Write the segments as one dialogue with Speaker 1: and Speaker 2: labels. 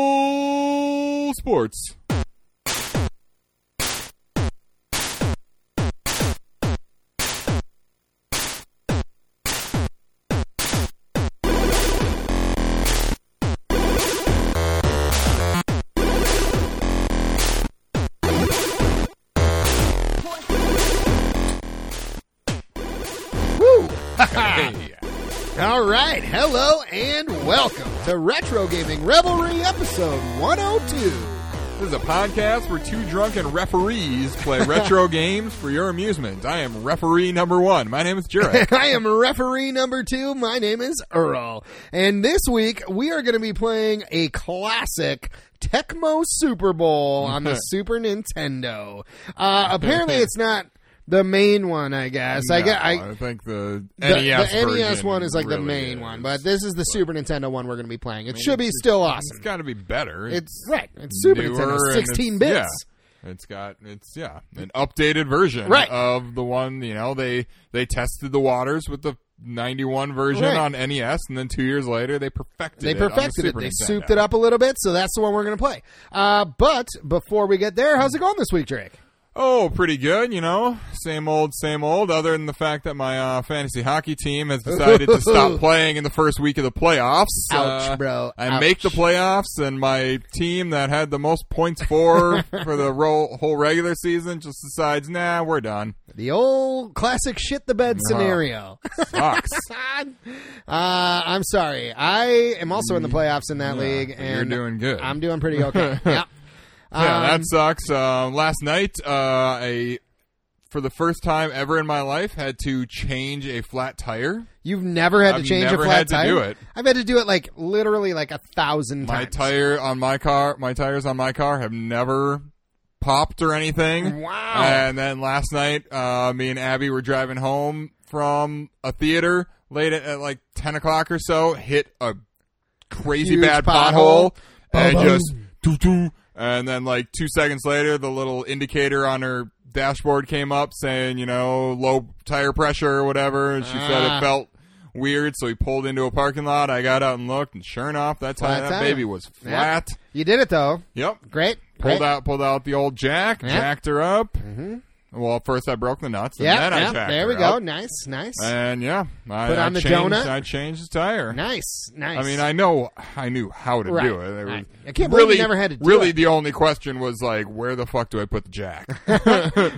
Speaker 1: Football sports.
Speaker 2: All right, hello and welcome to Retro Gaming Revelry episode 102.
Speaker 1: This is a podcast where two drunken referees play retro games for your amusement. I am referee number one. My name is Jared.
Speaker 2: I am referee number two. My name is Earl. And this week we are going to be playing a classic Tecmo Super Bowl on the Super Nintendo. Uh, apparently, it's not the main one, I guess. I,
Speaker 1: No, uh,
Speaker 2: guess I,
Speaker 1: I think the,
Speaker 2: the,
Speaker 1: NES,
Speaker 2: the NES
Speaker 1: version
Speaker 2: one is like the
Speaker 1: really
Speaker 2: main one,
Speaker 1: is.
Speaker 2: but this is the Super Nintendo one we're going to be playing. It should be still
Speaker 1: it's
Speaker 2: awesome.
Speaker 1: got to be better.
Speaker 2: It's right. It's Super
Speaker 1: newer
Speaker 2: Nintendo,
Speaker 1: and
Speaker 2: 16
Speaker 1: it's-
Speaker 2: bits.
Speaker 1: Yeah. It's got it's yeah an updated version
Speaker 2: Right.
Speaker 1: of the one you know they they tested the waters with the 91 version
Speaker 2: Right.
Speaker 1: on NES and then two years later they perfected
Speaker 2: They
Speaker 1: it on the
Speaker 2: perfected it.
Speaker 1: Super
Speaker 2: They
Speaker 1: Nintendo.
Speaker 2: souped it up a little bit, so that's the one we're going to play. Uh, but before we get there, how's it going this week, Drake?
Speaker 1: Oh, pretty good, you know. Same old, same old. Other than the fact that my uh, fantasy hockey team has decided to stop playing in the first week of the playoffs.
Speaker 2: Ouch,
Speaker 1: Uh,
Speaker 2: bro.
Speaker 1: I
Speaker 2: Ouch.
Speaker 1: make the playoffs, and my team that had the most points for for the ro- whole regular season just decides, nah, we're done.
Speaker 2: The old classic shit the bed scenario.
Speaker 1: Sucks.
Speaker 2: uh, I'm sorry. I am also in the playoffs in that league,
Speaker 1: but
Speaker 2: and
Speaker 1: you're doing good.
Speaker 2: I'm doing pretty okay. yeah.
Speaker 1: Yeah,
Speaker 2: Um,
Speaker 1: that sucks. Um, last night, uh, I for the first time ever in my life had to change a flat tire.
Speaker 2: You've never had to
Speaker 1: I've
Speaker 2: change
Speaker 1: never
Speaker 2: a flat
Speaker 1: had to
Speaker 2: tire.
Speaker 1: do it.
Speaker 2: I've had to do it like literally like a thousand
Speaker 1: My
Speaker 2: times.
Speaker 1: tire on my car, my tires on my car have never popped or anything.
Speaker 2: Wow.
Speaker 1: And then last night, uh, me and Abby were driving home from a theater late at, at like ten o'clock or so. Hit a crazy
Speaker 2: Huge
Speaker 1: bad
Speaker 2: pothole.
Speaker 1: pothole and
Speaker 2: Ba-boom.
Speaker 1: just doo doo. And then like two seconds later, the little indicator on her dashboard came up saying, you know, low tire pressure or whatever. And she said
Speaker 2: Ah.
Speaker 1: it felt weird, so we pulled into a parking lot. I got out and looked, and sure enough, that
Speaker 2: Flat
Speaker 1: tire, that
Speaker 2: tire.
Speaker 1: baby was
Speaker 2: Yeah.
Speaker 1: flat.
Speaker 2: You did it though.
Speaker 1: Yep.
Speaker 2: Great.
Speaker 1: Pulled
Speaker 2: Great.
Speaker 1: out, pulled out the old jack, jacked her up. Mm-hmm. Well, first I broke the nuts, and
Speaker 2: Yeah.
Speaker 1: then I
Speaker 2: yeah.
Speaker 1: jacked
Speaker 2: There we
Speaker 1: her Uh,
Speaker 2: go.
Speaker 1: up.
Speaker 2: Nice. Nice.
Speaker 1: And yeah, I,
Speaker 2: Put
Speaker 1: I
Speaker 2: on the
Speaker 1: changed,
Speaker 2: donut.
Speaker 1: I changed the tire.
Speaker 2: nice. Nice.
Speaker 1: I mean, I know I knew how to
Speaker 2: Right,
Speaker 1: do it. It
Speaker 2: right.
Speaker 1: was
Speaker 2: I can't believe
Speaker 1: really,
Speaker 2: you never had to do
Speaker 1: Really,
Speaker 2: it.
Speaker 1: the only question was like, where the fuck do I put the jack?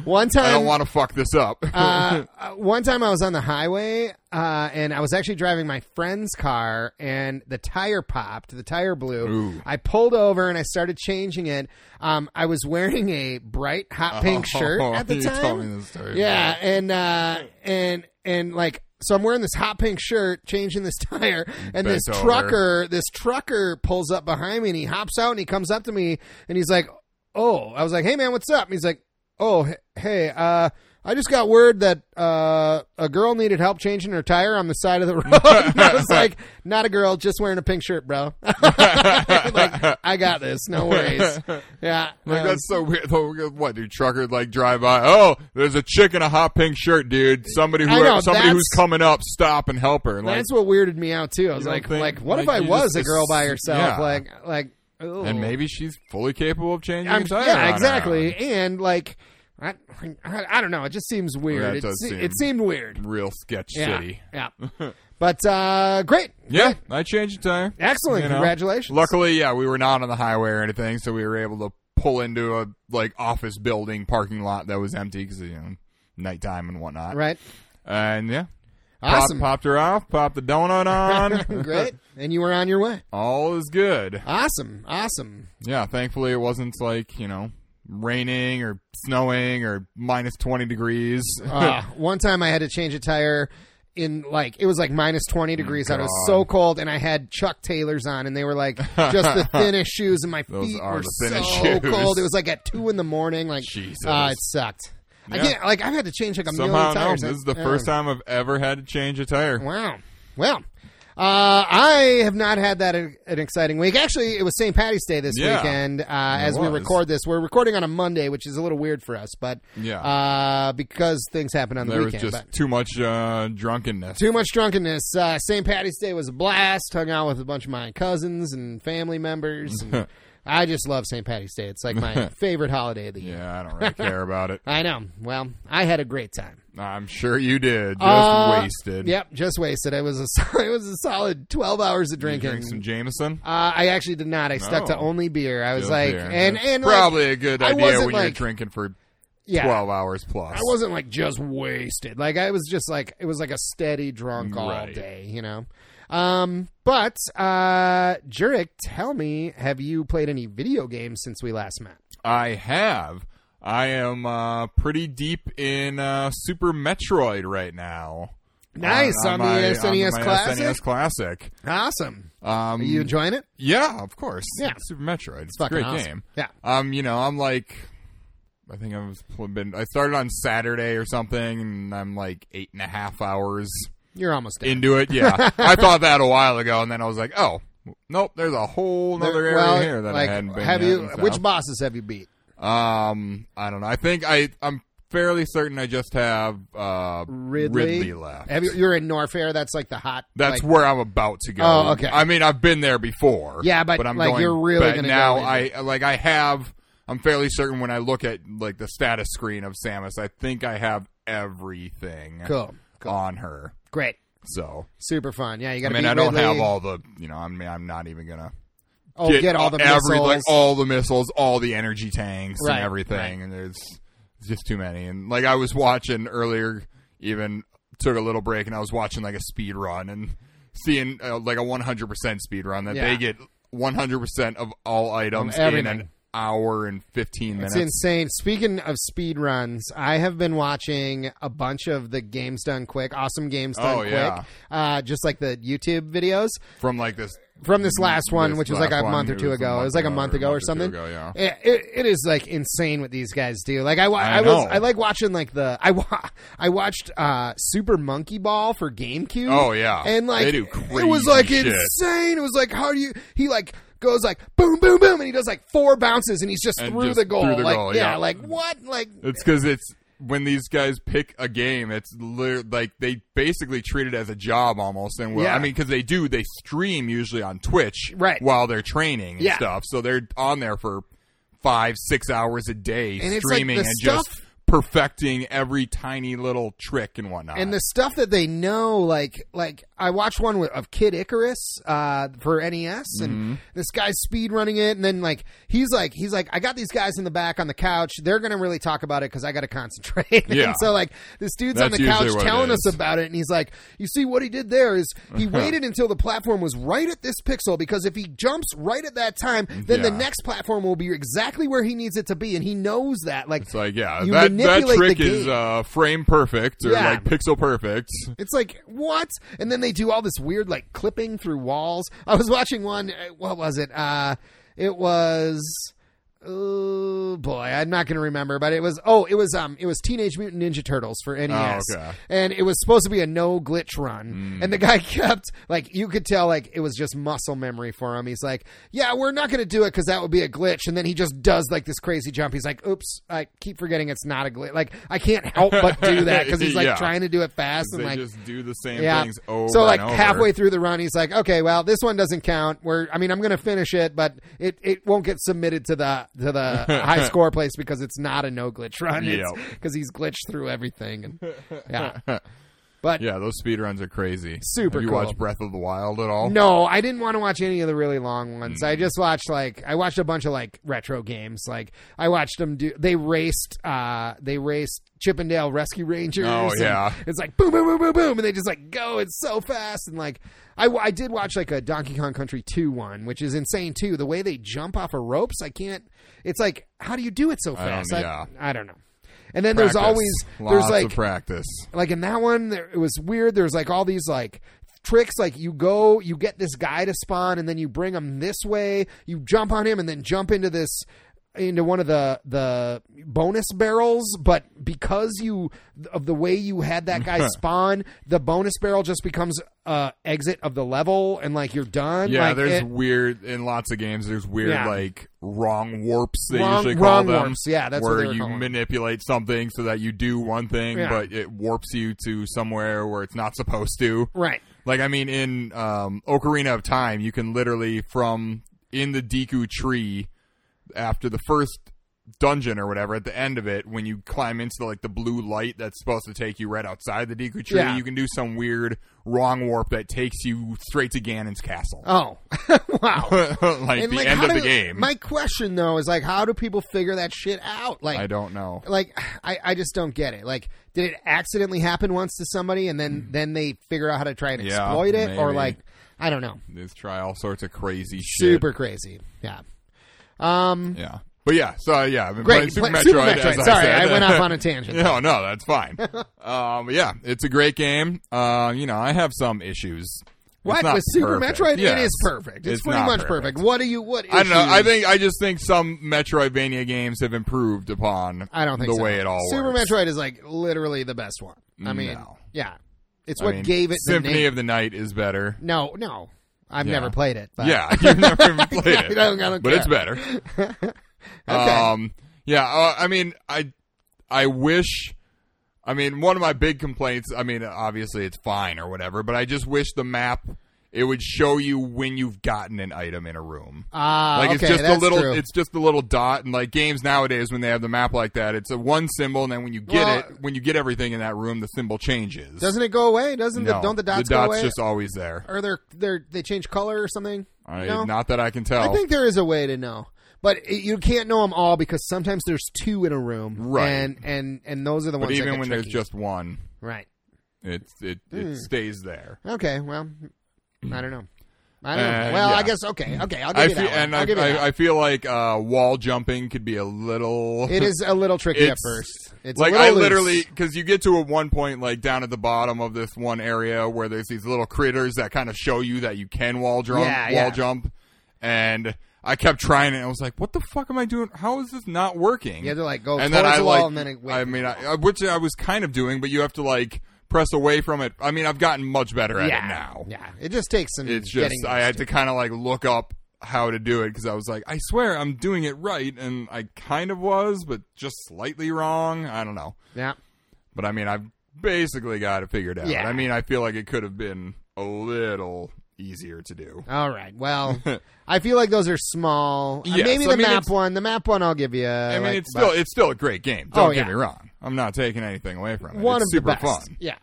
Speaker 2: One time,
Speaker 1: I don't want to fuck this up.
Speaker 2: uh, uh, one time I was on the highway uh, and I was actually driving my friend's car and the tire popped, the tire blew.
Speaker 1: Ooh.
Speaker 2: I pulled over and I started changing it. Um, I was wearing a bright hot pink shirt at the
Speaker 1: you
Speaker 2: time.
Speaker 1: Told me this story.
Speaker 2: Yeah, and uh, and and like so I'm wearing this hot pink shirt, changing this tire, and this
Speaker 1: Bent over.
Speaker 2: trucker, this trucker pulls up behind me and he hops out and he comes up to me and he's like, "Oh," I was like, "Hey man, what's up?" And he's like, "Oh, he- hey, uh." I just got word that uh, a girl needed help changing her tire on the side of the road. And I was like, "Not a girl, just wearing a pink shirt, bro." like, I got this, no worries. Yeah,
Speaker 1: Like
Speaker 2: um,
Speaker 1: that's so weird. Though, because What do trucker like drive by? Oh, there's a chick in a hot pink shirt, dude. Somebody who
Speaker 2: I know,
Speaker 1: somebody who's
Speaker 2: that's-
Speaker 1: coming up, stop and help her. And, like,
Speaker 2: That's what weirded me out too. I was
Speaker 1: don't
Speaker 2: like,
Speaker 1: think-
Speaker 2: like, what if
Speaker 1: like,
Speaker 2: I
Speaker 1: you
Speaker 2: was
Speaker 1: just
Speaker 2: a girl by herself?
Speaker 1: yeah.
Speaker 2: Like, like, ugh.
Speaker 1: and maybe she's fully capable of changing
Speaker 2: I'm,
Speaker 1: a tire. on her
Speaker 2: yeah,
Speaker 1: own.
Speaker 2: exactly. And like, I, I, I don't know. It just seems weird.
Speaker 1: that
Speaker 2: It,
Speaker 1: does
Speaker 2: se-
Speaker 1: seem
Speaker 2: it seemed weird.
Speaker 1: Real sketch
Speaker 2: Yeah,
Speaker 1: city.
Speaker 2: yeah. But uh, great,
Speaker 1: Yeah, I changed a tire.
Speaker 2: excellent.
Speaker 1: You know?
Speaker 2: Congratulations.
Speaker 1: Luckily, yeah, we were not on the highway or anything, so we were able to pull into a like office building parking lot that was empty because you know nighttime and whatnot.
Speaker 2: right?
Speaker 1: And yeah, Pop-
Speaker 2: Awesome.
Speaker 1: popped her off, popped the donut on.
Speaker 2: great. And you were on your way.
Speaker 1: All is good.
Speaker 2: Awesome. Awesome.
Speaker 1: Yeah, thankfully it wasn't like you know raining or snowing or minus twenty degrees.
Speaker 2: Uh, one time I had to change a tire in like it was like minus
Speaker 1: Mm,
Speaker 2: 20 degrees out. It was so cold and I had Chuck Taylors on and they were like just the thinnest shoes and my
Speaker 1: Those
Speaker 2: feet
Speaker 1: are
Speaker 2: were
Speaker 1: the
Speaker 2: so
Speaker 1: thinnest shoes.
Speaker 2: cold. It was like at 2 in the morning like
Speaker 1: Jesus.
Speaker 2: uh, it sucked. I
Speaker 1: Yeah.
Speaker 2: can't like I've had to change like a
Speaker 1: Somehow,
Speaker 2: million
Speaker 1: no,
Speaker 2: tires.
Speaker 1: this
Speaker 2: I-
Speaker 1: is the
Speaker 2: yeah.
Speaker 1: first time I've ever had to change a tire.
Speaker 2: Wow. Well, Uh, I have not had that an an exciting week. Actually, it was St. Patty's Day this
Speaker 1: Yeah.
Speaker 2: weekend. Uh, as we
Speaker 1: was.
Speaker 2: record this, we're recording on a Monday, which is a little weird for us, but
Speaker 1: Yeah.
Speaker 2: uh, because things happen on the
Speaker 1: There was
Speaker 2: weekend.
Speaker 1: just
Speaker 2: but-
Speaker 1: too much uh, drunkenness.
Speaker 2: too much drunkenness. Uh, St. Patty's Day was a blast. Hung out with a bunch of my cousins and family members. And I just love St. Patty's Day. It's like my favorite holiday of the year.
Speaker 1: yeah, I don't really care about it.
Speaker 2: I know. Well, I had a great time.
Speaker 1: I'm sure you did. Just
Speaker 2: Uh,
Speaker 1: wasted.
Speaker 2: Yep, just wasted. It was a sol- it was a solid twelve hours of
Speaker 1: You
Speaker 2: drinking.
Speaker 1: drink some Jameson.
Speaker 2: uh, I actually did not. I stuck to
Speaker 1: No.
Speaker 2: only beer. I was
Speaker 1: Good
Speaker 2: like,
Speaker 1: beer.
Speaker 2: and
Speaker 1: That's
Speaker 2: and like,
Speaker 1: probably a good
Speaker 2: I
Speaker 1: idea
Speaker 2: wasn't,
Speaker 1: when you're
Speaker 2: like-
Speaker 1: drinking for
Speaker 2: yeah,
Speaker 1: 12 hours plus.
Speaker 2: I wasn't like just wasted. Like I was just like it was like a steady drunk all
Speaker 1: Right.
Speaker 2: day, you know. Um, but uh, Jurek, tell me, have you played any video games since we last met?
Speaker 1: I have. I am uh, pretty deep in uh, Super Metroid right now.
Speaker 2: Nice, on the SNES
Speaker 1: Uh, my E
Speaker 2: Classic?
Speaker 1: SNES Classic.
Speaker 2: Awesome.
Speaker 1: Um,
Speaker 2: Are you enjoying it?
Speaker 1: yeah, of course.
Speaker 2: Yeah.
Speaker 1: Super Metroid. It's, a
Speaker 2: fucking
Speaker 1: great
Speaker 2: awesome.
Speaker 1: game.
Speaker 2: Yeah.
Speaker 1: Um, you know, I'm like, I think I've been. I started on Saturday or something, and I'm like eight and a half hours
Speaker 2: You're almost done.
Speaker 1: into it. Yeah, I thought that a while ago, and then I was like, oh, nope. There's a whole other area
Speaker 2: well,
Speaker 1: here that
Speaker 2: like,
Speaker 1: I hadn't been.
Speaker 2: have
Speaker 1: yet
Speaker 2: you?
Speaker 1: and stuff.
Speaker 2: Which bosses have you beat?
Speaker 1: Um, I don't know. I think I I'm fairly certain I just have uh
Speaker 2: Ridley,
Speaker 1: left.
Speaker 2: Have you, you're in Norfair. That's like the hot.
Speaker 1: That's
Speaker 2: like,
Speaker 1: where I'm about to go.
Speaker 2: Oh, okay.
Speaker 1: I mean, I've been there before.
Speaker 2: Yeah, but,
Speaker 1: I'm
Speaker 2: like,
Speaker 1: going
Speaker 2: you're really
Speaker 1: back-
Speaker 2: gonna
Speaker 1: now.
Speaker 2: go in.
Speaker 1: I like I have. I'm fairly certain when I look at like the status screen of Samus, I think I have everything
Speaker 2: cool. Cool.
Speaker 1: on her.
Speaker 2: Great.
Speaker 1: So
Speaker 2: Super fun. Yeah, you
Speaker 1: I
Speaker 2: got to
Speaker 1: mean, I don't
Speaker 2: Ridley.
Speaker 1: have all the you know. I mean, I'm not even gonna
Speaker 2: Oh, get, all the
Speaker 1: every, like
Speaker 2: missiles.
Speaker 1: all the missiles, all the energy tanks,
Speaker 2: Right,
Speaker 1: and everything. And there's it's just too many. And like I was watching earlier, even took a little break, and I was watching like a speed run and seeing uh, like a 100% speed run that
Speaker 2: Yeah.
Speaker 1: they get 100% of all items
Speaker 2: Of
Speaker 1: in
Speaker 2: everything.
Speaker 1: an hour and 15 minutes.
Speaker 2: It's insane. Speaking of speed runs, I have been watching a bunch of the games done quick, awesome games done
Speaker 1: Oh, yeah.
Speaker 2: quick, uh, just like the YouTube videos
Speaker 1: from like this
Speaker 2: from this last one,
Speaker 1: This
Speaker 2: which was like
Speaker 1: last
Speaker 2: a month or
Speaker 1: one, it
Speaker 2: two
Speaker 1: was a
Speaker 2: ago. It
Speaker 1: month
Speaker 2: was like a
Speaker 1: ago
Speaker 2: month
Speaker 1: or
Speaker 2: ago
Speaker 1: a
Speaker 2: or
Speaker 1: month or two
Speaker 2: something.
Speaker 1: ago, yeah.
Speaker 2: It, it, it is like insane what these guys do. Like I, wa- I,
Speaker 1: I
Speaker 2: was,
Speaker 1: know.
Speaker 2: I like watching like the I wa- I watched uh, Super Monkey Ball for GameCube.
Speaker 1: Oh, yeah.
Speaker 2: and like
Speaker 1: They do
Speaker 2: it was like
Speaker 1: crazy shit.
Speaker 2: insane. It was like how do you? He like goes like boom, boom, boom, and he does like four bounces, and he's just
Speaker 1: And
Speaker 2: through
Speaker 1: just
Speaker 2: the goal.
Speaker 1: through the
Speaker 2: like
Speaker 1: goal,
Speaker 2: yeah,
Speaker 1: yeah.
Speaker 2: like what? Like
Speaker 1: It's because it's when these guys pick a game, it's lit- like they basically treat it as a job almost. And well,
Speaker 2: Yeah.
Speaker 1: I mean, because they do, they stream usually on Twitch
Speaker 2: Right.
Speaker 1: while they're training and
Speaker 2: Yeah.
Speaker 1: stuff. So they're on there for five, six hours a day
Speaker 2: And it's like
Speaker 1: streaming
Speaker 2: the
Speaker 1: and just
Speaker 2: stuff-
Speaker 1: perfecting every tiny little trick and whatnot.
Speaker 2: and the stuff that they know like like i watched one with, of kid icarus uh, for nes
Speaker 1: Mm-hmm.
Speaker 2: and this guy's speed running it and then like he's like he's like i got these guys in the back on the couch they're gonna really talk about it because i gotta concentrate And
Speaker 1: Yeah.
Speaker 2: so like this dude's on
Speaker 1: That's
Speaker 2: the couch
Speaker 1: usually what it
Speaker 2: telling us
Speaker 1: is. Uh-huh.
Speaker 2: about it and he's like you see what he did there is he waited until the platform was right at this pixel because if he jumps right at that time then the
Speaker 1: Yeah.
Speaker 2: next platform will be exactly where he needs it to be and he knows that like
Speaker 1: it's like, yeah,
Speaker 2: You
Speaker 1: that, that
Speaker 2: manipulate
Speaker 1: trick
Speaker 2: the
Speaker 1: is
Speaker 2: game.
Speaker 1: uh, frame perfect or
Speaker 2: Yeah.
Speaker 1: like pixel perfect.
Speaker 2: It's like what? And then they do all this weird like clipping through walls. I was watching one. uh, What was it? Uh, it was. Oh boy, I'm not going to remember, but it was oh, it was um, it was Teenage Mutant Ninja Turtles for NES,
Speaker 1: Oh, okay. Hmm.
Speaker 2: and it was supposed to be a no glitch run, and the guy kept like you could tell like it was just muscle memory for him. He's like, yeah, we're not going to do it because that would be a glitch, and then he just does like this crazy jump. He's like, oops, I keep forgetting it's not a glitch. Like I can't help but do that because he's like
Speaker 1: Yeah.
Speaker 2: trying to do it fast and
Speaker 1: They
Speaker 2: like
Speaker 1: just do the same
Speaker 2: yeah.
Speaker 1: things over
Speaker 2: so like
Speaker 1: and over.
Speaker 2: halfway through the run, he's like, "Okay, well, this one doesn't count. We're, I mean, I'm going to finish it, but it, it won't get submitted to the to the high score place because it's not a no glitch run.
Speaker 1: Yep.
Speaker 2: Because he's glitched through everything. And, yeah, but
Speaker 1: Yeah, those speedruns are crazy.
Speaker 2: Super
Speaker 1: Have you
Speaker 2: cool.
Speaker 1: watch Breath of the Wild at all? Mm-hmm.
Speaker 2: no, I didn't want to watch any of the really long ones. I just watched like I watched a bunch of like retro games. Like I watched them do. They raced. uh They raced Chippendale Rescue Rangers.
Speaker 1: Oh,
Speaker 2: and
Speaker 1: yeah.
Speaker 2: it's like boom, boom, boom, boom, boom, and they just like go. It's so fast. And like I, I did watch like a Donkey Kong Country two one, which is insane too. The way they jump off of ropes, I can't. It's like how do you do it so
Speaker 1: don't-
Speaker 2: fast?
Speaker 1: yeah.
Speaker 2: I, I don't know. And then there's
Speaker 1: Practice.
Speaker 2: always
Speaker 1: Lots
Speaker 2: there's like
Speaker 1: of practice.
Speaker 2: like in that one there, it was weird there's like all these like tricks like you go you get this guy to spawn and then you bring him this way you jump on him and then jump into this into one of the the bonus barrels, but because you of the way you had that guy spawn, the bonus barrel just becomes uh exit of the level, and like you're done.
Speaker 1: Yeah,
Speaker 2: Like,
Speaker 1: there's
Speaker 2: it-
Speaker 1: weird in lots of games. There's weird
Speaker 2: Yeah.
Speaker 1: like wrong warps. They
Speaker 2: Wrong-
Speaker 1: usually call
Speaker 2: wrong
Speaker 1: them.
Speaker 2: warps. Yeah, that's what
Speaker 1: where
Speaker 2: they were
Speaker 1: you
Speaker 2: calling it.
Speaker 1: manipulate something so that you do one thing,
Speaker 2: Yeah.
Speaker 1: but it warps you to somewhere where it's not supposed to.
Speaker 2: right.
Speaker 1: Like I mean, in um, Ocarina of Time, you can literally from in the Deku tree after the first dungeon or whatever at the end of it when you climb into like the blue light that's supposed to take you right outside the Deku tree
Speaker 2: Yeah.
Speaker 1: you can do some weird wrong warp that takes you straight to Ganon's castle
Speaker 2: Oh, wow.
Speaker 1: like
Speaker 2: And
Speaker 1: the
Speaker 2: like,
Speaker 1: end
Speaker 2: how
Speaker 1: of the
Speaker 2: do-
Speaker 1: game.
Speaker 2: My question though is like, how do people figure that shit out? Like,
Speaker 1: I don't know.
Speaker 2: like I, I just don't get it. Like, did it accidentally happen once to somebody, and then then they figure out how to try and
Speaker 1: Mm. Yeah,
Speaker 2: exploit it, or
Speaker 1: maybe.
Speaker 2: like I don't know,
Speaker 1: Just try all sorts of crazy
Speaker 2: super crazy. Yeah. Um.
Speaker 1: shit. Yeah. But yeah, so yeah, I've been
Speaker 2: Great.
Speaker 1: playing
Speaker 2: Play-
Speaker 1: Super Metroid.
Speaker 2: Super Metroid.
Speaker 1: as
Speaker 2: Sorry,
Speaker 1: I,
Speaker 2: I
Speaker 1: said.
Speaker 2: went off on a tangent.
Speaker 1: no, no, that's fine. um, but yeah, it's a great game. Uh, you know, I have some issues. It's
Speaker 2: What
Speaker 1: not
Speaker 2: with Super
Speaker 1: perfect.
Speaker 2: Metroid? It
Speaker 1: Yes.
Speaker 2: is perfect. It's, pretty
Speaker 1: not
Speaker 2: much perfect. What do you? What?
Speaker 1: I don't know. I
Speaker 2: issues-
Speaker 1: think I just think some Metroidvania games have improved upon.
Speaker 2: I don't think
Speaker 1: the
Speaker 2: so.
Speaker 1: way it all
Speaker 2: Super
Speaker 1: works.
Speaker 2: Metroid is like literally the best one. I mean,
Speaker 1: No.
Speaker 2: yeah, it's
Speaker 1: I
Speaker 2: what
Speaker 1: mean,
Speaker 2: gave it
Speaker 1: Symphony
Speaker 2: the name.
Speaker 1: of the Night is better.
Speaker 2: No, no. I've
Speaker 1: Yeah.
Speaker 2: never played it. But
Speaker 1: Yeah, you've never even played
Speaker 2: Yeah,
Speaker 1: it,
Speaker 2: I don't- I don't
Speaker 1: but
Speaker 2: care.
Speaker 1: it's better.
Speaker 2: Okay.
Speaker 1: Um, yeah, uh, I mean, I, I wish. I mean, one of my big complaints. I mean, obviously it's fine or whatever, but I just wish the map it would show you when you've gotten an item in a room.
Speaker 2: Ah,
Speaker 1: Like
Speaker 2: okay,
Speaker 1: it's just a
Speaker 2: that's
Speaker 1: little,
Speaker 2: true.
Speaker 1: it's just a little dot, and like games nowadays when they have the map like that, it's a one symbol, and then when you get
Speaker 2: Well-
Speaker 1: it, when you get everything in that room, the symbol changes.
Speaker 2: Doesn't it go away? Doesn't the,
Speaker 1: No,
Speaker 2: don't the dots,
Speaker 1: the
Speaker 2: go
Speaker 1: dots
Speaker 2: away?
Speaker 1: just always there.
Speaker 2: or they're they're they change color or something?
Speaker 1: I,
Speaker 2: no,
Speaker 1: Not that I can tell.
Speaker 2: I think there is a way to know, but it, you can't know them all because sometimes there's two in a room,
Speaker 1: Right.
Speaker 2: And and and those are the
Speaker 1: but
Speaker 2: ones. that
Speaker 1: even
Speaker 2: get
Speaker 1: when there's
Speaker 2: tricky.
Speaker 1: just one,
Speaker 2: right.
Speaker 1: it's it it
Speaker 2: Hmm.
Speaker 1: stays there.
Speaker 2: Okay, well, I don't know. I don't know.
Speaker 1: Uh,
Speaker 2: Well, I
Speaker 1: yeah.
Speaker 2: guess okay, okay. I'll give
Speaker 1: I
Speaker 2: you
Speaker 1: feel,
Speaker 2: that. one.
Speaker 1: and
Speaker 2: I'll
Speaker 1: I,
Speaker 2: give you that.
Speaker 1: I, I feel like uh, wall jumping could be a little.
Speaker 2: it is a little tricky at
Speaker 1: It's-
Speaker 2: first. It's a
Speaker 1: like
Speaker 2: little
Speaker 1: I
Speaker 2: loose.
Speaker 1: literally because you get to a one point like down at the bottom of this one area where there's these little critters that kind of show you that you can wall jump,
Speaker 2: Yeah,
Speaker 1: wall
Speaker 2: yeah.
Speaker 1: jump, and I kept trying it. and I was like, "What the fuck am I doing? How is this not working?"
Speaker 2: you have to like go
Speaker 1: and
Speaker 2: towards
Speaker 1: then I
Speaker 2: the
Speaker 1: like,
Speaker 2: wall and then it
Speaker 1: I mean, I, I- which I was kind of doing, but you have to like press away from it. I mean, I've gotten much better at
Speaker 2: yeah,
Speaker 1: it now.
Speaker 2: yeah. It just takes some.
Speaker 1: It's just
Speaker 2: getting
Speaker 1: I had to kind of like look up how to do it because I was like, I swear I'm doing it right, and I kind of was, but just slightly wrong. I don't know,
Speaker 2: Yeah.
Speaker 1: but I mean, I've basically got it figured out.
Speaker 2: Yeah.
Speaker 1: I mean, I feel like it could have been a little easier to do.
Speaker 2: All right. Well, I feel like those are small. Uh,
Speaker 1: Yes,
Speaker 2: Maybe
Speaker 1: I
Speaker 2: the
Speaker 1: mean,
Speaker 2: map
Speaker 1: it's-
Speaker 2: one. The map one, I'll give you.
Speaker 1: I mean,
Speaker 2: like,
Speaker 1: it's
Speaker 2: about
Speaker 1: still it's still a great game. Don't
Speaker 2: Oh,
Speaker 1: get
Speaker 2: yeah.
Speaker 1: me wrong. I'm not taking anything away from it.
Speaker 2: one
Speaker 1: it's
Speaker 2: of
Speaker 1: super
Speaker 2: the best.
Speaker 1: fun.
Speaker 2: Yeah.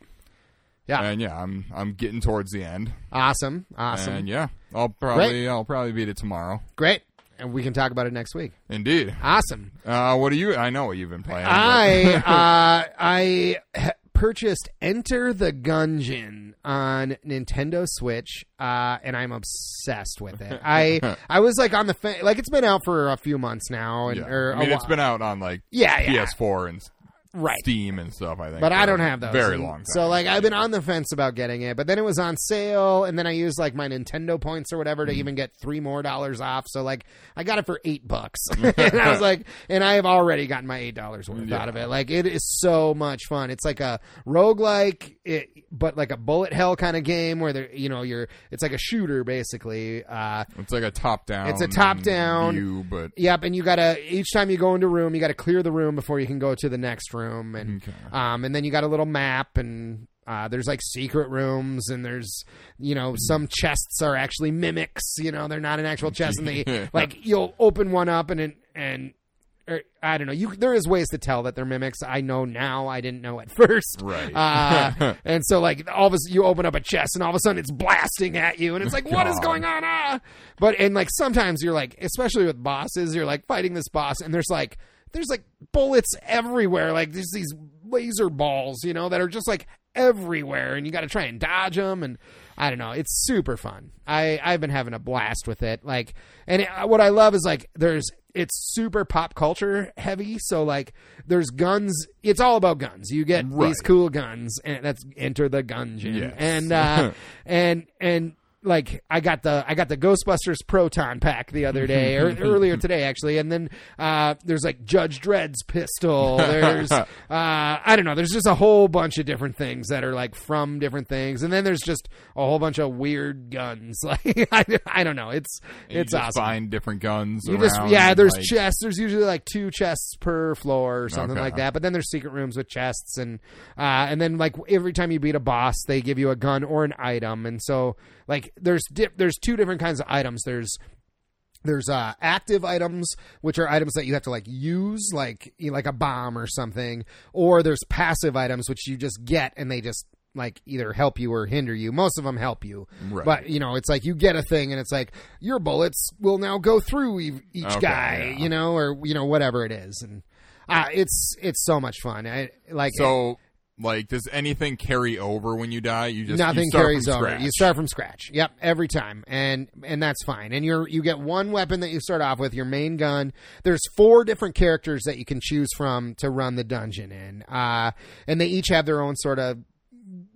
Speaker 2: Yeah.
Speaker 1: And yeah, I'm I'm getting towards the end.
Speaker 2: Awesome. Awesome.
Speaker 1: And yeah, I'll probably I'll probably beat it tomorrow.
Speaker 2: Great. And we can talk about it next week.
Speaker 1: Indeed.
Speaker 2: Awesome.
Speaker 1: Uh, what do you? I know what you've been playing. but-
Speaker 2: I uh, I h- purchased Enter the Gungeon on Nintendo Switch, uh, and I'm obsessed with it. I I was like on the fa- like it's been out for a few months now, and
Speaker 1: Yeah.
Speaker 2: or
Speaker 1: I mean,
Speaker 2: a
Speaker 1: it's
Speaker 2: while.
Speaker 1: been out on like
Speaker 2: yeah yeah
Speaker 1: PS4 and s-
Speaker 2: right
Speaker 1: Steam and stuff. I think,
Speaker 2: but I
Speaker 1: for a
Speaker 2: don't have those.
Speaker 1: Very
Speaker 2: And
Speaker 1: long. Time.
Speaker 2: So like I've been on the fence about getting it, but then it was on sale, and then I used like my Nintendo points or whatever to
Speaker 1: Mm-hmm.
Speaker 2: even get three more dollars off. So like I got it for eight bucks, and I was like, and I have already gotten my eight dollars worth
Speaker 1: Yeah.
Speaker 2: out of it. Like it is so much fun. It's like a roguelike, it, but like a bullet hell kind of game where there, you know, you're it's like a shooter basically. Uh,
Speaker 1: it's like a top down.
Speaker 2: It's a top-down-
Speaker 1: view, but
Speaker 2: Yep, and you gotta each time you go into a room, you gotta clear the room before you can go to the next room, and
Speaker 1: Okay.
Speaker 2: um, and then you got a little map, and uh, there's like secret rooms, and there's you know some chests are actually mimics, you know they're not an actual chest, and they like you'll open one up and it- and or, I don't know, you there is ways to tell that they're mimics. I know now, I didn't know at first,
Speaker 1: Right.
Speaker 2: Uh, and so like all of a you open up a chest, and all of a sudden it's blasting at you, and it's like what is
Speaker 1: God.
Speaker 2: going on? Ah! But and like sometimes you're like, especially with bosses, you're like fighting this boss, and there's like there's like bullets everywhere, like there's these laser balls, you know, that are just like everywhere, and you got to try and dodge them, and I don't know, it's super fun. I I've been having a blast with it, like, and it, what I love is like there's it's super pop culture heavy, so like there's guns, it's all about guns. You get
Speaker 1: Right.
Speaker 2: these cool guns, and that's enter the gungeon,
Speaker 1: Yes.
Speaker 2: and uh, and and like I got the I got the Ghostbusters proton pack the other day or earlier today actually, and then uh, there's like Judge Dredd's pistol. There's uh, I don't know. There's just a whole bunch of different things that are like from different things, and then there's just a whole bunch of weird guns. Like I, I don't know. It's
Speaker 1: You
Speaker 2: it's
Speaker 1: just
Speaker 2: awesome.
Speaker 1: Find different guns.
Speaker 2: You just
Speaker 1: around,
Speaker 2: yeah, there's
Speaker 1: like-
Speaker 2: chests. There's usually like two chests per floor or something
Speaker 1: Okay.
Speaker 2: like that. But then there's secret rooms with chests and uh, and then like every time you beat a boss, they give you a gun or an item. And so like there's di- there's two different kinds of items. There's there's uh, active items, which are items that you have to like use, like you know, like a bomb or something, or there's passive items which you just get and they just like either help you or hinder you. Most of them help you,
Speaker 1: Right.
Speaker 2: but you know it's like you get a thing and it's like your bullets will now go through e- each
Speaker 1: Okay,
Speaker 2: guy,
Speaker 1: yeah.
Speaker 2: you know, or you know whatever it is, and uh, it's it's so much fun. I, like
Speaker 1: So, like, does anything carry over when you die? You just
Speaker 2: nothing
Speaker 1: you start
Speaker 2: carries
Speaker 1: from
Speaker 2: over.
Speaker 1: Scratch.
Speaker 2: You start from scratch. Yep, every time, and and that's fine. And you're you get one weapon that you start off with, your main gun. There's four different characters that you can choose from to run the dungeon in, uh, and they each have their own sort of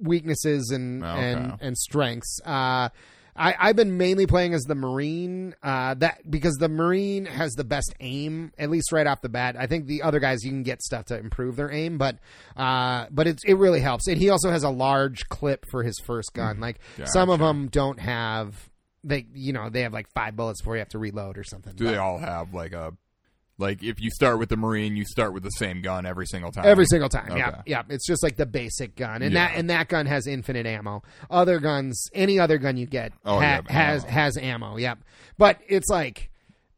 Speaker 2: weaknesses and
Speaker 1: Okay.
Speaker 2: and and strengths. Uh, I, I've been mainly playing as the Marine, uh, that because the Marine has the best aim, at least right off the bat. I think the other guys you can get stuff to improve their aim, but uh, but it it really helps. And he also has a large clip for his first gun.
Speaker 1: Mm-hmm.
Speaker 2: Like some of them don't have. They, you know, they have like five bullets before you have to reload or something.
Speaker 1: Do
Speaker 2: But
Speaker 1: they all have like a like if you start with the marine, you start with the same gun every single time.
Speaker 2: every single time,
Speaker 1: Okay.
Speaker 2: yeah, yeah. It's just like the basic gun, and
Speaker 1: Yeah.
Speaker 2: that and that gun has infinite ammo. Other guns, any other gun you get,
Speaker 1: Oh,
Speaker 2: ha-
Speaker 1: yeah,
Speaker 2: has
Speaker 1: ammo.
Speaker 2: has ammo. Yep, but it's like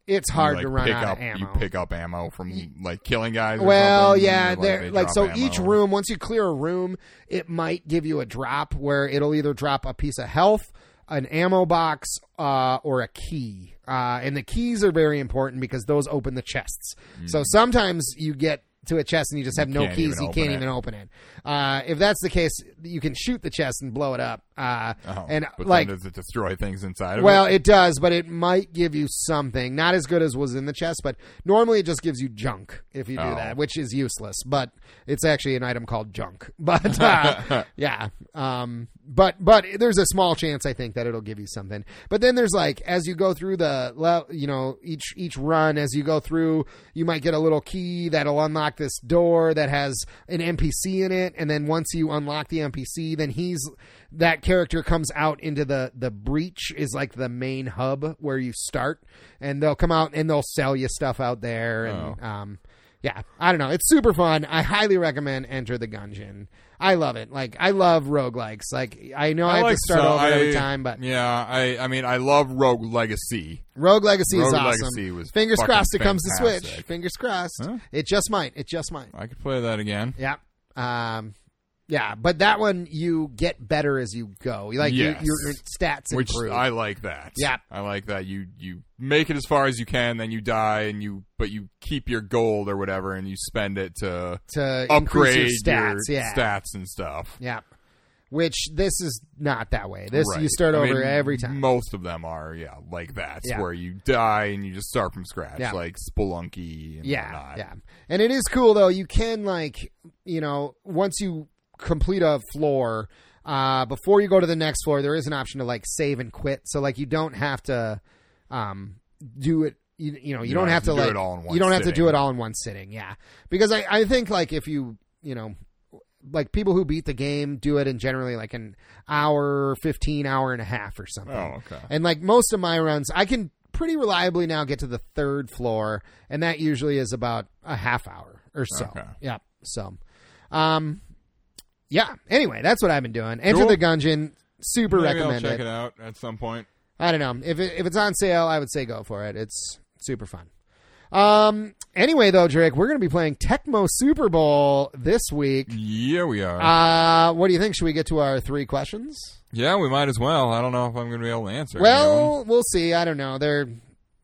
Speaker 2: it's
Speaker 1: You,
Speaker 2: hard
Speaker 1: like,
Speaker 2: to run
Speaker 1: pick
Speaker 2: out
Speaker 1: up,
Speaker 2: of ammo.
Speaker 1: You pick up ammo from like killing guys. Or
Speaker 2: Well,
Speaker 1: something,
Speaker 2: yeah,
Speaker 1: and,
Speaker 2: they're
Speaker 1: they
Speaker 2: like
Speaker 1: drop
Speaker 2: so
Speaker 1: ammo.
Speaker 2: each room. Once you clear a room, it might give you a drop where it'll either drop a piece of health, an ammo box, uh, or a key. Uh, and the keys are very important because those open the chests. So sometimes you get to a chest and you just have no
Speaker 1: Mm. can't
Speaker 2: keys.
Speaker 1: even
Speaker 2: You
Speaker 1: open
Speaker 2: can't
Speaker 1: it.
Speaker 2: even open it. Uh, if that's the case, you can shoot the chest and blow it up. Uh,
Speaker 1: Oh,
Speaker 2: and
Speaker 1: but
Speaker 2: like
Speaker 1: then does it destroy things inside? Of
Speaker 2: well,
Speaker 1: it?
Speaker 2: it does, but it might give you something. Not as good as was in the chest, but normally it just gives you junk if you do
Speaker 1: Oh.
Speaker 2: that, which is useless. But it's actually an item called junk. But uh, yeah, um, but but there's a small chance I think that it'll give you something. But then there's like as you go through the le- you know each each run as you go through, you might get a little key that'll unlock this door that has an NPC in it, and then once you unlock the NPC, then he's that character comes out into the the breach is like the main hub where you start, and they'll come out and they'll sell you stuff out there, and
Speaker 1: Oh.
Speaker 2: um, yeah, I don't know, it's super fun. I highly recommend Enter the Gungeon. I love it. Like I love roguelikes. Like I know I, have
Speaker 1: like
Speaker 2: to start
Speaker 1: so-
Speaker 2: over every
Speaker 1: I-
Speaker 2: time, but
Speaker 1: yeah, I I mean I love Rogue Legacy.
Speaker 2: Rogue Legacy is
Speaker 1: Rogue
Speaker 2: awesome.
Speaker 1: Legacy was
Speaker 2: Fingers
Speaker 1: fucking
Speaker 2: crossed it comes to
Speaker 1: fantastic.
Speaker 2: Switch. Fingers crossed.
Speaker 1: Huh?
Speaker 2: It just might. It just might.
Speaker 1: I could play that again.
Speaker 2: Yeah. Um, yeah, but that one you get better as you go. You Like you-
Speaker 1: Yes.
Speaker 2: your, your stats
Speaker 1: Which
Speaker 2: improve.
Speaker 1: I like that.
Speaker 2: Yeah.
Speaker 1: I like that. You you make it as far as you can, then you die, and you but you keep your gold or whatever, and you spend it to
Speaker 2: to
Speaker 1: upgrade
Speaker 2: increase your stats. yeah,
Speaker 1: stats and stuff.
Speaker 2: yeah. Which this is not that way. This you
Speaker 1: Right.
Speaker 2: start
Speaker 1: I
Speaker 2: over
Speaker 1: mean,
Speaker 2: every time.
Speaker 1: Most of them are, yeah, like that,
Speaker 2: Yeah.
Speaker 1: where you die and you just start from scratch,
Speaker 2: Yeah.
Speaker 1: like Spelunky. And
Speaker 2: yeah,
Speaker 1: whatnot.
Speaker 2: yeah. And it is cool though. You can like you know once you complete a floor, uh, before you go to the next floor, there is an option to like save and quit. So like you don't have to um, do it. You, you know you,
Speaker 1: You
Speaker 2: don't have to,
Speaker 1: do
Speaker 2: like
Speaker 1: it all in one
Speaker 2: you don't have to
Speaker 1: sitting.
Speaker 2: do it all in one sitting. Yeah, because I I think like if you you know like people who beat the game do it in generally like an hour, fifteen hour and a half or something.
Speaker 1: Oh, okay.
Speaker 2: And like most of my runs, I can pretty reliably now get to the third floor, and that usually is about a half hour or so.
Speaker 1: Okay.
Speaker 2: Yeah. So, um, yeah. Anyway, that's what I've been doing. Enter
Speaker 1: Cool.
Speaker 2: the Gungeon. Super
Speaker 1: Maybe I'll
Speaker 2: recommend
Speaker 1: check
Speaker 2: it.
Speaker 1: it. out at some point.
Speaker 2: I don't know if it, if it's on sale, I would say go for it. It's super fun. Um. Anyway, though, Drake, we're going to be playing Tecmo Super Bowl this week.
Speaker 1: Yeah, we are.
Speaker 2: Uh, what do you think? Should we get to our three questions?
Speaker 1: yeah, we might as well. I don't know if I'm going to be able to answer. that one.
Speaker 2: Well, we'll see. I don't know. They're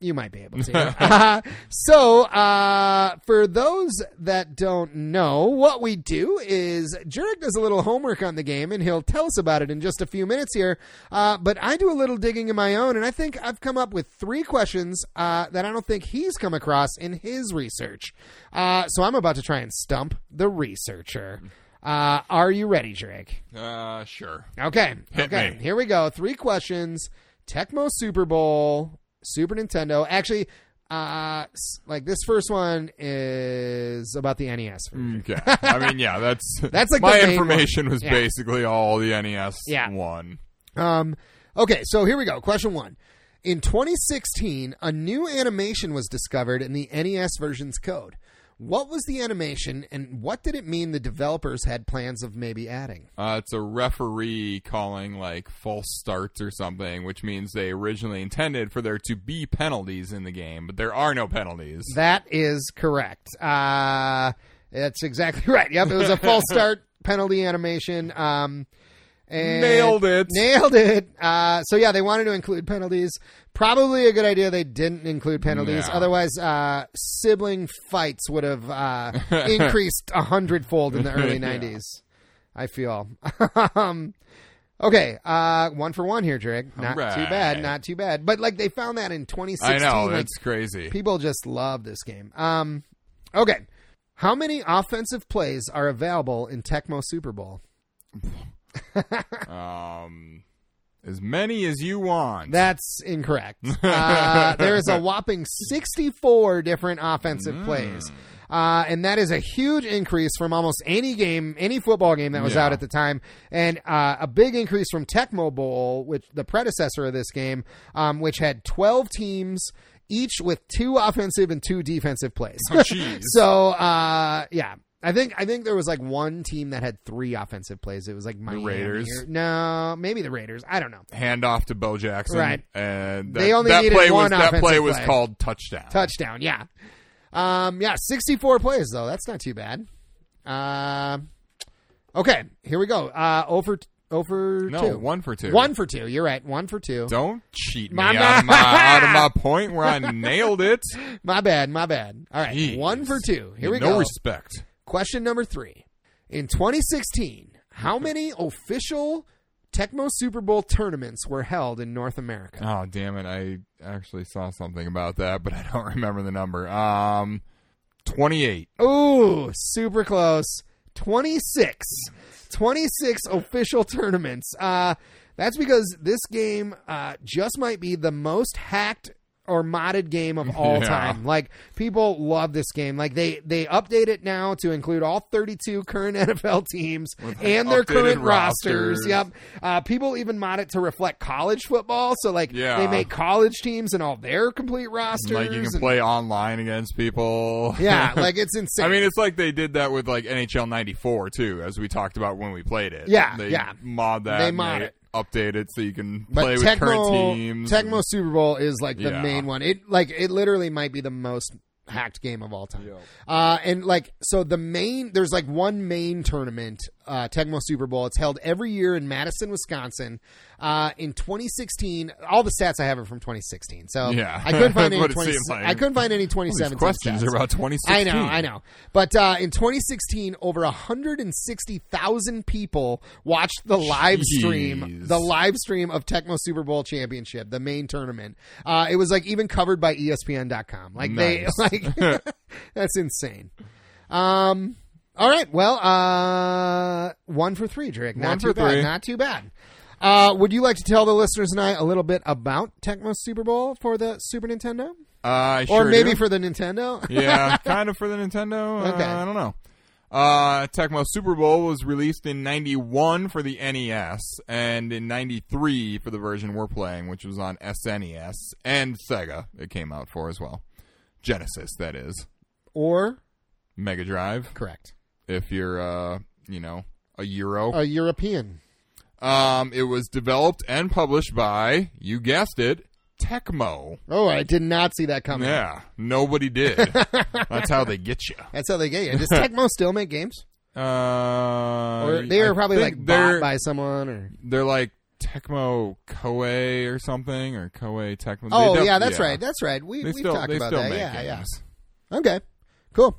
Speaker 2: you might be able to. Uh, so, uh, for those that don't know, what we do is Jurek does a little homework on the game, and he'll tell us about it in just a few minutes here. Uh, but I do a little digging of my own, and I think I've come up with three questions uh, that I don't think he's come across in his research. Uh, so I'm about to try and stump the researcher. Uh, are you ready, Drake?
Speaker 1: Uh, sure.
Speaker 2: Okay.
Speaker 1: Hit
Speaker 2: okay.
Speaker 1: me.
Speaker 2: Here we go. Three questions. Tecmo Super Bowl, Super Nintendo. Actually, uh, s- like this first one is about the E NES. version.
Speaker 1: Okay. I mean, yeah, that's
Speaker 2: Hmm. That's like
Speaker 1: Mm. my
Speaker 2: the main
Speaker 1: information was
Speaker 2: Yeah.
Speaker 1: basically all the NES
Speaker 2: Yeah.
Speaker 1: one.
Speaker 2: Um, okay, so here we go. Question one. In 2016, a new animation was discovered in the NES version's code. What was the animation, and what did it mean the developers had plans of maybe adding?
Speaker 1: Uh, it's a referee calling like false starts or something, which means they originally intended for there to be penalties in the game, but there are no penalties.
Speaker 2: That is correct. Uh, that's exactly right. Yep, it was a false start penalty animation. Um, and
Speaker 1: Nailed it.
Speaker 2: Nailed it. Uh, so yeah, they wanted to include penalties. Probably a good idea they didn't include penalties.
Speaker 1: No.
Speaker 2: Otherwise, uh, sibling fights would have uh, increased a hundredfold in the early
Speaker 1: Yeah.
Speaker 2: nineties. I feel. um, okay, uh, one for one here, Drake. Not too
Speaker 1: Alright.
Speaker 2: bad. Not too bad. But like they found that in 2016.
Speaker 1: I know
Speaker 2: like,
Speaker 1: that's crazy.
Speaker 2: People just love this game. Um, okay. How many offensive plays are available in Tecmo Super Bowl?
Speaker 1: um, as many as you want.
Speaker 2: That's incorrect. Uh, there is a whopping 64 different offensive
Speaker 1: Hmm.
Speaker 2: plays. Uh, and that is a huge increase from almost any game, any football game that was
Speaker 1: Yeah.
Speaker 2: out at the time, and uh, a big increase from Tecmo Bowl, which the predecessor of this game, um, which had 12 teams, each with two offensive and two defensive plays.
Speaker 1: Oh, jeez.
Speaker 2: So uh, yeah, I think I think there was like one team that had three offensive plays. It was like Miami.
Speaker 1: Raiders?
Speaker 2: or- no, maybe the Raiders. I don't know.
Speaker 1: Handoff to Bo Jackson,
Speaker 2: Right.
Speaker 1: And that,
Speaker 2: They only
Speaker 1: that
Speaker 2: needed
Speaker 1: play was
Speaker 2: one
Speaker 1: that play
Speaker 2: offensive
Speaker 1: was
Speaker 2: play.
Speaker 1: called touchdown.
Speaker 2: Touchdown. Yeah. Um. Yeah. Sixty-four plays though. That's not too bad. Um. okay. Here we go. Uh. Over. Over.
Speaker 1: no,
Speaker 2: two.
Speaker 1: one for two.
Speaker 2: One for two. You're right. One for two.
Speaker 1: Don't cheat me
Speaker 2: Mama.
Speaker 1: out of, my, out of my point where I nailed it.
Speaker 2: My bad. My bad. All right.
Speaker 1: Jeez.
Speaker 2: One for two. Here we
Speaker 1: no
Speaker 2: go.
Speaker 1: respect.
Speaker 2: Question number three. In 2016, how many official Tecmo Super Bowl tournaments were held in North America?
Speaker 1: Oh damn it! I actually saw something about that, but I don't remember the number. Um, twenty-eight.
Speaker 2: Ooh, super close. 26. 26 official tournaments. Uh, that's because this game uh, just might be the most hacked or modded game of all
Speaker 1: Yeah.
Speaker 2: time. Like people love this game. Like they they update it now to include all 32 current NFL teams and their
Speaker 1: updated
Speaker 2: current rosters.
Speaker 1: rosters.
Speaker 2: Yep. Uh, people even mod it to reflect college football. So like
Speaker 1: Yeah.
Speaker 2: they make college teams and all their complete rosters.
Speaker 1: Like you can
Speaker 2: and-
Speaker 1: play online against people.
Speaker 2: yeah, like it's insane.
Speaker 1: I mean, it's like they did that with like NHL '94 too, as we talked about when we played it.
Speaker 2: Yeah,
Speaker 1: they
Speaker 2: yeah.
Speaker 1: mod that.
Speaker 2: They
Speaker 1: and
Speaker 2: mod it.
Speaker 1: update it so you can
Speaker 2: But
Speaker 1: play with
Speaker 2: Tecmo,
Speaker 1: current teams.
Speaker 2: Tecmo Super Bowl is like the
Speaker 1: Yeah.
Speaker 2: main one. It like it literally might be the most hacked game of all time. Uh, and like so the main there's like one main tournament, uh, Tecmo Super Bowl. It's held every year in Madison, Wisconsin. Uh, in 2016, all the stats I have are from 2016. So
Speaker 1: Yeah.
Speaker 2: I couldn't find
Speaker 1: That's
Speaker 2: any
Speaker 1: what it
Speaker 2: 20,
Speaker 1: seemed like.
Speaker 2: I couldn't find any
Speaker 1: All these
Speaker 2: 2017
Speaker 1: questions
Speaker 2: stats.
Speaker 1: are about 2016.
Speaker 2: I know, I know. But uh, in 2016, over 160,000 people watched the live stream,
Speaker 1: Jeez.
Speaker 2: the live stream of Tecmo Super Bowl Championship, the main tournament. Uh, it was like even covered by E ESPN.com. Like
Speaker 1: Nice.
Speaker 2: they, like that's insane. Um, all right, well, uh, one for three, Drake. Not
Speaker 1: One
Speaker 2: too
Speaker 1: for
Speaker 2: bad.
Speaker 1: three.
Speaker 2: Not too bad. Uh, would you like to tell the listeners and I a little bit about Tecmo Super Bowl for the Super Nintendo,
Speaker 1: Uh, I
Speaker 2: or
Speaker 1: sure
Speaker 2: maybe
Speaker 1: do.
Speaker 2: for the Nintendo?
Speaker 1: yeah, kind of for the Nintendo. Uh,
Speaker 2: Okay.
Speaker 1: I don't know. Uh, Tecmo Super Bowl was released in '91 for the NES and in '93 for the version we're playing, which was on SNES and Sega. It came out for as well, Genesis, that is,
Speaker 2: or
Speaker 1: Mega Drive.
Speaker 2: correct.
Speaker 1: If you're, uh, you know, a Euro.
Speaker 2: a European.
Speaker 1: Um, it was developed and published by, you guessed it, Tecmo.
Speaker 2: Oh, I did not see that coming.
Speaker 1: Yeah, nobody did. That's how they get you.
Speaker 2: That's how they get you. Does Tecmo still make games?
Speaker 1: Uh,
Speaker 2: Or they are
Speaker 1: I
Speaker 2: probably
Speaker 1: think
Speaker 2: like
Speaker 1: they're
Speaker 2: bought by someone or
Speaker 1: they're like Tecmo Koei or something or Koei Tecmo.
Speaker 2: Oh
Speaker 1: They def-
Speaker 2: yeah, that's right. That's right. We
Speaker 1: They
Speaker 2: we've
Speaker 1: still
Speaker 2: talked
Speaker 1: they
Speaker 2: about
Speaker 1: still
Speaker 2: that.
Speaker 1: make
Speaker 2: yeah,
Speaker 1: games.
Speaker 2: yeah. Okay. Cool.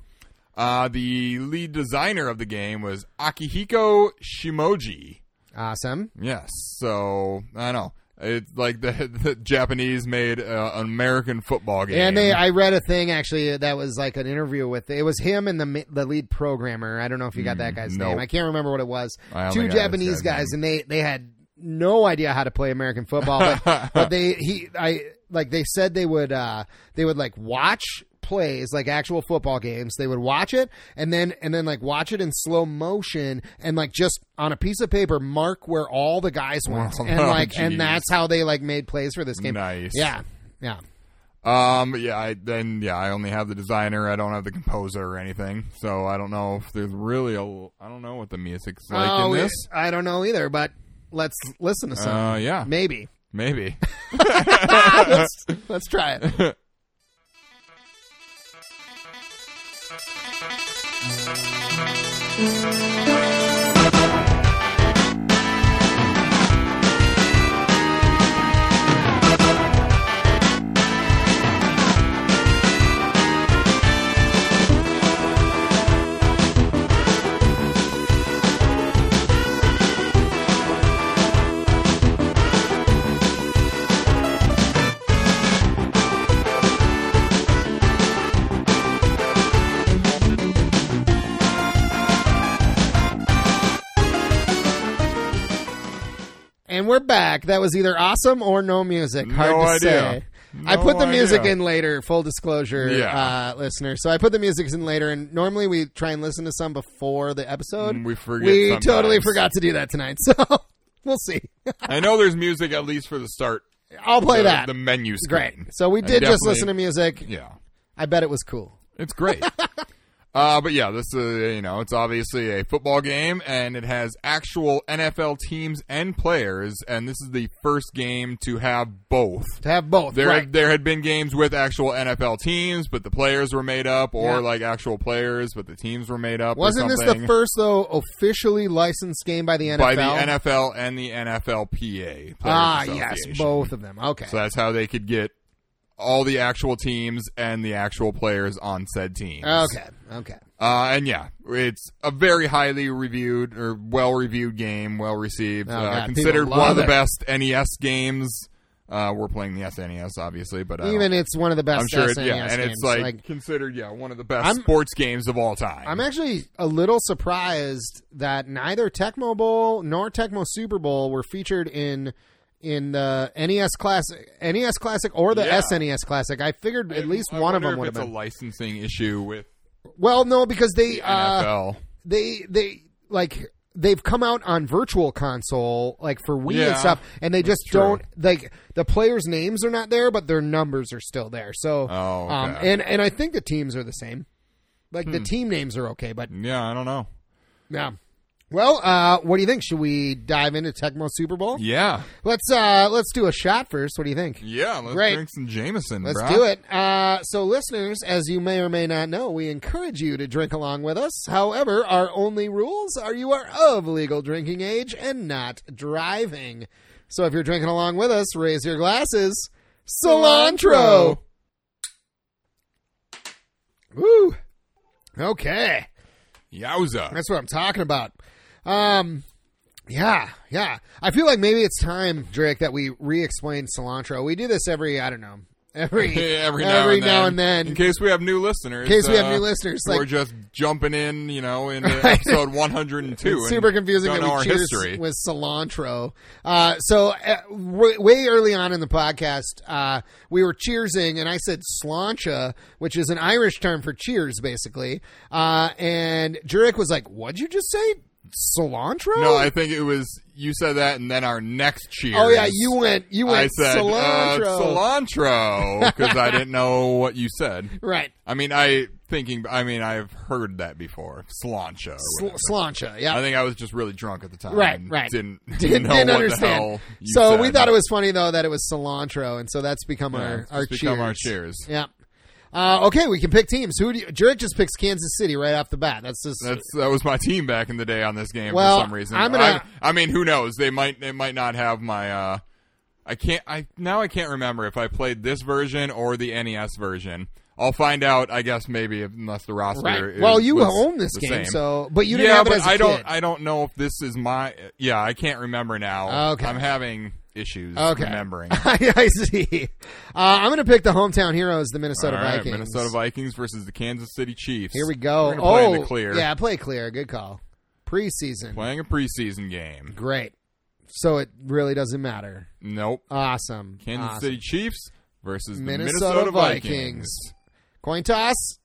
Speaker 1: Uh, the lead designer of the game was Akihiko Shimoji.
Speaker 2: Awesome.
Speaker 1: Yes, so I don't know. It's like the, the Japanese made uh, an American football game.
Speaker 2: And they, I read a thing actually that was like an interview with it was him and the ma- the lead programmer. I don't know if you got that guy's
Speaker 1: Mm, nope.
Speaker 2: name. I can't remember what it was.
Speaker 1: I don't
Speaker 2: Two
Speaker 1: think I got this
Speaker 2: Japanese
Speaker 1: guy's
Speaker 2: guys, and they they had no idea how to play American football. But, but they he I like they said they would uh they would like watch plays like actual football games they would watch it and then and then like watch it in slow motion and like just on a piece of paper mark where all the guys went
Speaker 1: Oh,
Speaker 2: and like
Speaker 1: geez.
Speaker 2: and that's how they like made plays for this game
Speaker 1: Nice.
Speaker 2: yeah yeah
Speaker 1: Um, yeah, I, then yeah, I only have the designer. I don't have the composer or anything, so I don't know if there's really a. l- I don't know what the music's like
Speaker 2: Oh,
Speaker 1: in this.
Speaker 2: I don't know either, but let's listen to some.
Speaker 1: Uh, yeah,
Speaker 2: Maybe.
Speaker 1: maybe.
Speaker 2: let's, let's try it. And we're back. That was either awesome or no music. Hard
Speaker 1: No
Speaker 2: to
Speaker 1: idea.
Speaker 2: say. I
Speaker 1: No
Speaker 2: put the music
Speaker 1: idea.
Speaker 2: in later, full disclosure,
Speaker 1: Yeah.
Speaker 2: uh, listener. So I put the music in later, and normally we try and listen to some before the episode.
Speaker 1: Mm, we forget
Speaker 2: We
Speaker 1: sometimes.
Speaker 2: totally forgot to do that tonight, so we'll see.
Speaker 1: I know there's music at least for the start.
Speaker 2: I'll play
Speaker 1: the,
Speaker 2: that.
Speaker 1: the menu screen.
Speaker 2: Great. So we
Speaker 1: I
Speaker 2: did just
Speaker 1: definitely-
Speaker 2: listen to music.
Speaker 1: Yeah,
Speaker 2: I bet it was cool.
Speaker 1: it's great. uh, but yeah, this is you know it's obviously a football game, and it has actual NFL teams and players, and this is the first game to have both.
Speaker 2: To have both.
Speaker 1: There,
Speaker 2: right.
Speaker 1: there had been games with actual NFL teams, but the players were made up, or
Speaker 2: Yeah.
Speaker 1: like actual players, but the teams were made up. or
Speaker 2: Wasn't this the
Speaker 1: something.
Speaker 2: first though officially licensed game by the NFL?
Speaker 1: by the NFL and the NFLPA? Players
Speaker 2: Ah, yes,
Speaker 1: Association.
Speaker 2: both of them. Okay.
Speaker 1: So that's how they could get all the actual teams and the actual players on said teams.
Speaker 2: okay. Okay.
Speaker 1: Uh, and yeah, it's a very highly reviewed or well reviewed game, well received.
Speaker 2: Oh,
Speaker 1: uh,
Speaker 2: God, people
Speaker 1: considered one
Speaker 2: love
Speaker 1: of the
Speaker 2: it.
Speaker 1: best NES games. Uh, we're playing the SNES, obviously, but I don't-
Speaker 2: Even it's one of the best.
Speaker 1: I'm sure, it,
Speaker 2: SNES
Speaker 1: yeah, and
Speaker 2: games.
Speaker 1: it's like, considered, yeah, one of the best
Speaker 2: I'm-
Speaker 1: sports games of all time.
Speaker 2: I'm actually a little surprised that neither Tecmo Bowl nor Tecmo Super Bowl were featured in in the E NES Classic, NES E Classic, or the
Speaker 1: Yeah.
Speaker 2: SNES Classic. I figured at least
Speaker 1: I
Speaker 2: one of
Speaker 1: wonder
Speaker 2: them
Speaker 1: if
Speaker 2: would have
Speaker 1: it's
Speaker 2: been.
Speaker 1: a licensing issue with
Speaker 2: well, no, because they uh,
Speaker 1: NFL.
Speaker 2: they they like they've come out on virtual console like for Wii
Speaker 1: Yeah,
Speaker 2: and stuff, and they just
Speaker 1: true.
Speaker 2: don't like the players' names are not there, but their numbers are still there. So,
Speaker 1: Oh, okay. Hmm.
Speaker 2: um, and and I think the teams are the same. Like the team names are okay, but
Speaker 1: Yeah, I don't know.
Speaker 2: yeah. Well, uh, what do you think? Should we dive into Tecmo Super Bowl?
Speaker 1: Yeah,
Speaker 2: Let's uh, let's do a shot first. What do you think?
Speaker 1: yeah. Let's
Speaker 2: Great.
Speaker 1: drink some Jameson.
Speaker 2: Let's
Speaker 1: brah.
Speaker 2: do it. Uh, so, listeners, as you may or may not know, we encourage you to drink along with us. However, our only rules are you are of legal drinking age and not driving. So, if you're drinking along with us, raise your glasses. Cilantro. Woo. Okay,
Speaker 1: Yowza.
Speaker 2: that's what I'm talking about. Um, yeah, yeah. I feel like maybe it's time, Drake, that we re-explain cilantro. We do this every, I don't know, every
Speaker 1: every now, and,
Speaker 2: now
Speaker 1: then.
Speaker 2: and then.
Speaker 1: in case we have new listeners.
Speaker 2: In case we have
Speaker 1: uh,
Speaker 2: new listeners,
Speaker 1: we're
Speaker 2: like
Speaker 1: just jumping in, you know, in
Speaker 2: Right.
Speaker 1: episode 102.
Speaker 2: it's
Speaker 1: and
Speaker 2: super confusing
Speaker 1: Don't
Speaker 2: that
Speaker 1: know our
Speaker 2: we choose
Speaker 1: history.
Speaker 2: with cilantro. Uh, so uh, w- way early on in the podcast, uh, we were cheersing, and I said slancha, which is an Irish term for cheers, basically. Uh, and Jurek was like, "What'd you just say? Cilantro?"
Speaker 1: no, I think it was you said that, and then our next cheer.
Speaker 2: oh yeah, you went, you
Speaker 1: I
Speaker 2: went
Speaker 1: said
Speaker 2: cilantro,
Speaker 1: uh, cilantro because I didn't know what you said.
Speaker 2: right?
Speaker 1: I mean, I thinking. I mean, I've heard that before. Slancha. or
Speaker 2: Sl-
Speaker 1: whatever.
Speaker 2: slancha, yeah.
Speaker 1: I think I was just really drunk at the time.
Speaker 2: Right,
Speaker 1: and
Speaker 2: right.
Speaker 1: Didn't
Speaker 2: didn't,
Speaker 1: didn't, know
Speaker 2: didn't
Speaker 1: what
Speaker 2: understand.
Speaker 1: The hell you
Speaker 2: so we
Speaker 1: said.
Speaker 2: thought it was funny though that it was cilantro, and so that's become
Speaker 1: Yeah,
Speaker 2: our
Speaker 1: it's
Speaker 2: our
Speaker 1: just become
Speaker 2: cheers.
Speaker 1: our cheers.
Speaker 2: Yeah. Uh, okay, we can pick teams. Who do you, Jurek just picks Kansas City right off the bat. That's just
Speaker 1: That's that was my team back in the day on this game
Speaker 2: Well,
Speaker 1: for some reason.
Speaker 2: I'm gonna-
Speaker 1: I, I mean, who knows? They might they might not have my. uh I can't. I now I can't remember if I played this version or the NES version. I'll find out. I guess maybe if- unless the roster.
Speaker 2: right.
Speaker 1: Is,
Speaker 2: Well, you
Speaker 1: was
Speaker 2: own this
Speaker 1: the
Speaker 2: game,
Speaker 1: same.
Speaker 2: so but you didn't
Speaker 1: yeah,
Speaker 2: have it
Speaker 1: but
Speaker 2: as a
Speaker 1: I don't.
Speaker 2: kid.
Speaker 1: I don't know if this is my. Yeah, I can't remember now.
Speaker 2: Okay.
Speaker 1: I'm having issues
Speaker 2: Okay.
Speaker 1: remembering.
Speaker 2: I, I see. Uh, I'm going to pick the hometown heroes, the Minnesota
Speaker 1: All right,
Speaker 2: Vikings.
Speaker 1: Minnesota Vikings versus the Kansas City Chiefs.
Speaker 2: Here we go.
Speaker 1: We're gonna
Speaker 2: oh,
Speaker 1: play in the clear.
Speaker 2: yeah, play clear. Good call. Preseason.
Speaker 1: Playing a preseason game.
Speaker 2: Great. So it really doesn't matter.
Speaker 1: Nope.
Speaker 2: Awesome.
Speaker 1: Kansas
Speaker 2: Awesome.
Speaker 1: City Chiefs versus the
Speaker 2: Ah, Minnesota,
Speaker 1: Minnesota
Speaker 2: Vikings.
Speaker 1: Vikings.
Speaker 2: Coin toss.